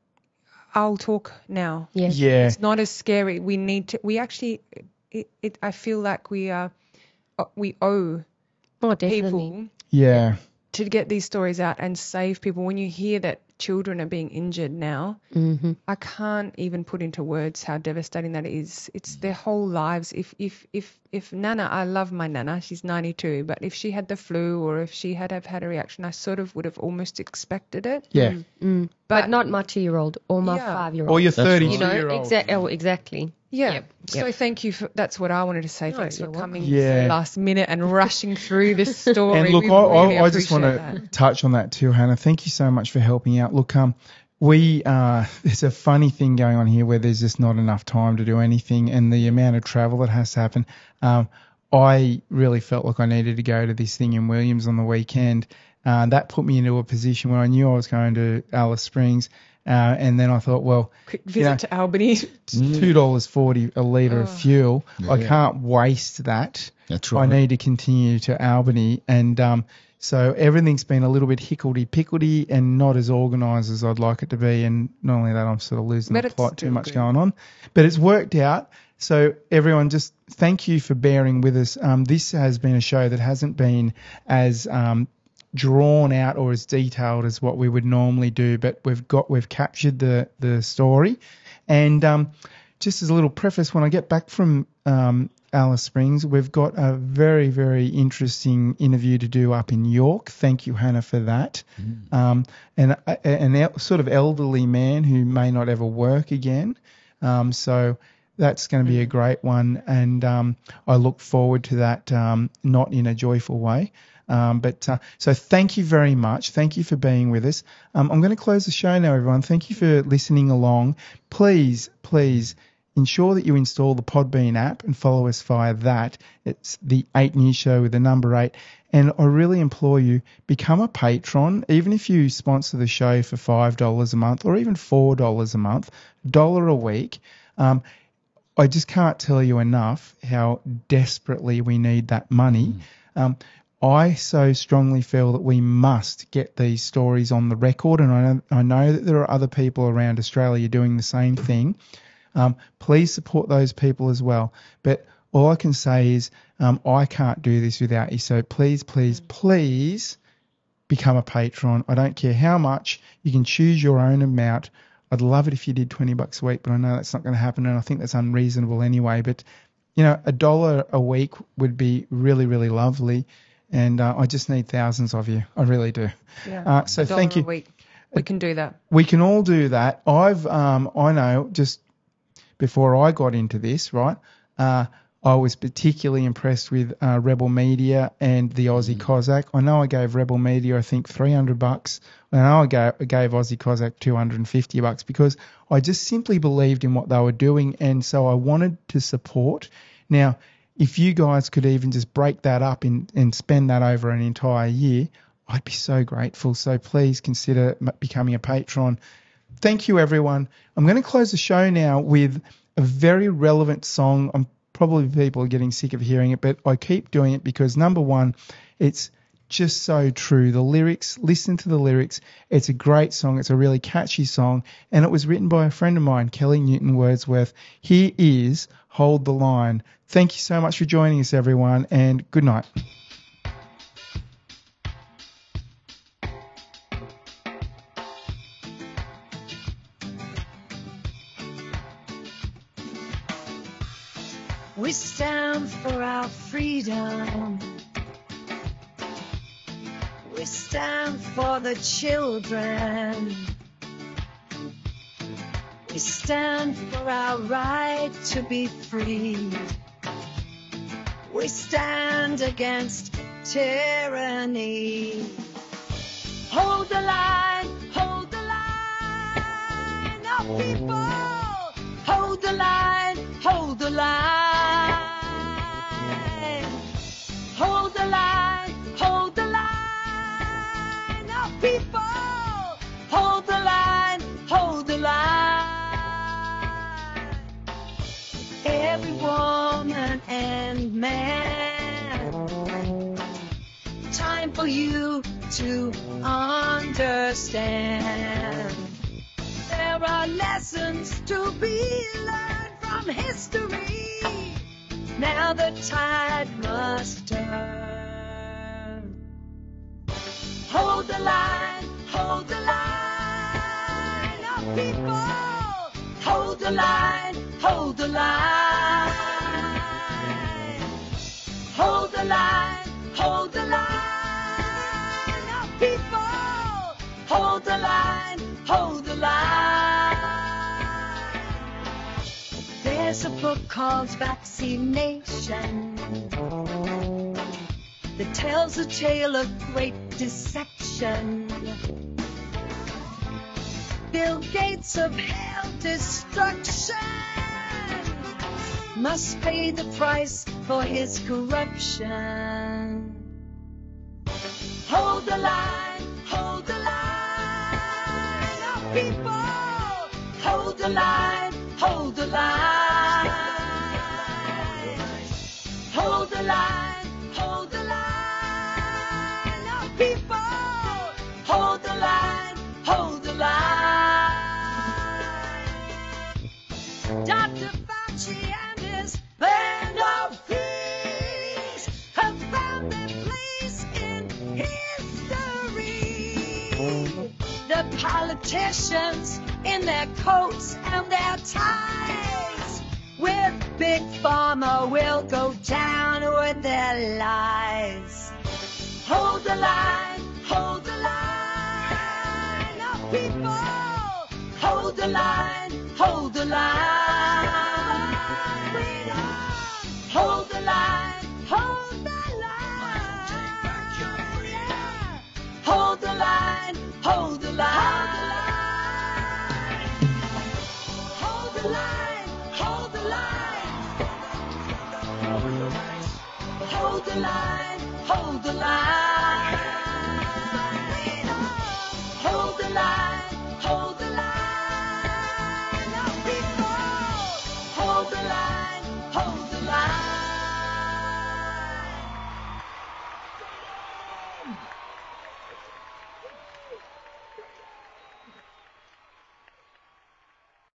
Speaker 4: I'll talk now.
Speaker 3: Yeah.
Speaker 1: yeah.
Speaker 4: It's not as scary. We need to, we actually, it, it, I feel like we are, uh, we owe
Speaker 3: Oh, definitely.
Speaker 4: people
Speaker 1: Yeah.
Speaker 4: to get these stories out and save people. When you hear that children are being injured now,
Speaker 3: Mm-hmm.
Speaker 4: I can't even put into words how devastating that is. It's their whole lives. If if if if Nana, I love my Nana. She's 92, but if she had the flu or if she had have had a reaction, I sort of would have almost expected it.
Speaker 1: Yeah.
Speaker 3: Mm. But not my two year old or my
Speaker 4: Yeah.
Speaker 3: five year
Speaker 1: Or
Speaker 3: old.
Speaker 1: your
Speaker 2: That's right.
Speaker 1: 32
Speaker 3: You know,
Speaker 1: year old.
Speaker 3: exa- oh, exactly.
Speaker 4: Yeah.
Speaker 3: Yep,
Speaker 4: So thank you for that's what I wanted to say. Thanks for
Speaker 3: you're welcome.
Speaker 4: coming
Speaker 1: Yeah.
Speaker 4: so last minute and rushing through this story.
Speaker 1: And look,
Speaker 4: We
Speaker 1: I,
Speaker 4: really
Speaker 1: I, I just want
Speaker 4: appreciate that.
Speaker 1: to touch on that too, Hannah. Thank you so much for helping out. Look, um, we uh, there's a funny thing going on here where there's just not enough time to do anything, and the amount of travel that has to happen. Um, I really felt like I needed to go to this thing in Williams on the weekend. Uh, that put me into a position where I knew I was going to Alice Springs, uh, and then I thought, well,
Speaker 4: Quick visit
Speaker 1: you know,
Speaker 4: to Albany.
Speaker 1: it's two dollars forty a liter of fuel. I can't waste that.
Speaker 2: That's
Speaker 1: I
Speaker 2: right.
Speaker 1: need to continue to Albany, and um, so everything's been a little bit hickledy pickledy and not as organised as I'd like it to be. And not only that, I'm sort of losing
Speaker 4: But
Speaker 1: the
Speaker 4: it's
Speaker 1: plot, too
Speaker 4: still
Speaker 1: much
Speaker 4: good.
Speaker 1: going on, but it's worked out. So everyone, just thank you for bearing with us. Um, this has been a show that hasn't been as um, drawn out or as detailed as what we would normally do, but we've got we've captured the the story, and um, just as a little preface, when I get back from um, Alice Springs, we've got a very very interesting interview to do up in York. Thank you, Hannah, for that. Um, and a- an el- sort of elderly man who may not ever work again. Um, so that's going to be a great one, and um, I look forward to that. Um, not in a joyful way, um, but uh, so thank you very much. Thank you for being with us. Um, I'm going to close the show now, everyone. Thank you for listening along. Please, please. Ensure that you install the Podbean app and follow us via that. It's the 8 News Show with the number 8. And I really implore you, become a patron. Even if you sponsor the show for $5 a month or even $4 a month, dollar a week, um, I just can't tell you enough how desperately we need that money. Um, I so strongly feel that we must get these stories on the record, and I know, I know that there are other people around Australia doing the same thing. Um, please support those people as well. But all I can say is um, I can't do this without you. So please, please,
Speaker 4: Mm.
Speaker 1: please become a patron. I don't care how much. You can choose your own amount. I'd love it if you did 20 bucks a week, but I know that's not going to happen. And I think that's unreasonable anyway. But, you know, a dollar a week would be really, really lovely. And uh, I just need thousands of you. I really do.
Speaker 4: Yeah.
Speaker 1: Uh, so
Speaker 4: A dollar
Speaker 1: thank you
Speaker 4: A week. We can do that.
Speaker 1: we can all do that. I've um, I know just before I got into this, right? Uh, I was particularly impressed with uh, Rebel Media and the Aussie Cossack. I know I gave Rebel Media I think 300 bucks. I know I gave, I gave Aussie Cossack 250 bucks because I just simply believed in what they were doing, and so I wanted to support. Now, if you guys could even just break that up in, and spend that over an entire year, I'd be so grateful. So please consider m- becoming a patron. Thank you, everyone. I'm going to close the show now with a very relevant song. I'm probably people are getting sick of hearing it, but I keep doing it because number one, it's just so true. The lyrics, listen to the lyrics. It's a great song. It's a really catchy song, and it was written by a friend of mine, Kelly Newton Wordsworth. Here is "Hold the Line." Thank you so much for joining us, everyone, and good night.
Speaker 5: We stand for our freedom. We stand for the children. We stand for our right to be free. We stand against tyranny. Hold the line, hold the line, our people. Hold the line, hold the line. Hold the line, hold the line, our people. Hold the line, hold the line. Every woman and man time for you to understand. There are lessons to be learned from history. Now the tide must turn. Hold the line, hold the line, our people. Hold the line, hold the line. Hold the line, hold the line, our people. Hold the line, hold the line. There's a book called Vaccination that tells a tale of great deception. Bill Gates of hell destruction must pay the price for his corruption. Hold the line, hold the line, our people. Hold the line, hold the line. Hold the line, hold the line, our people. Hold the line, hold the line. Dr. Fauci and his band of thieves have found their place in history. The politicians in their coats and their ties with Big Pharma will go down with their lies. Hold the line, hold the line, our people. Hold the line, hold the line. Freedom. Hold the line, hold the line. Yeah. Hold the line, hold the line. Hold the line, hold the line. Hold the line, hold the line.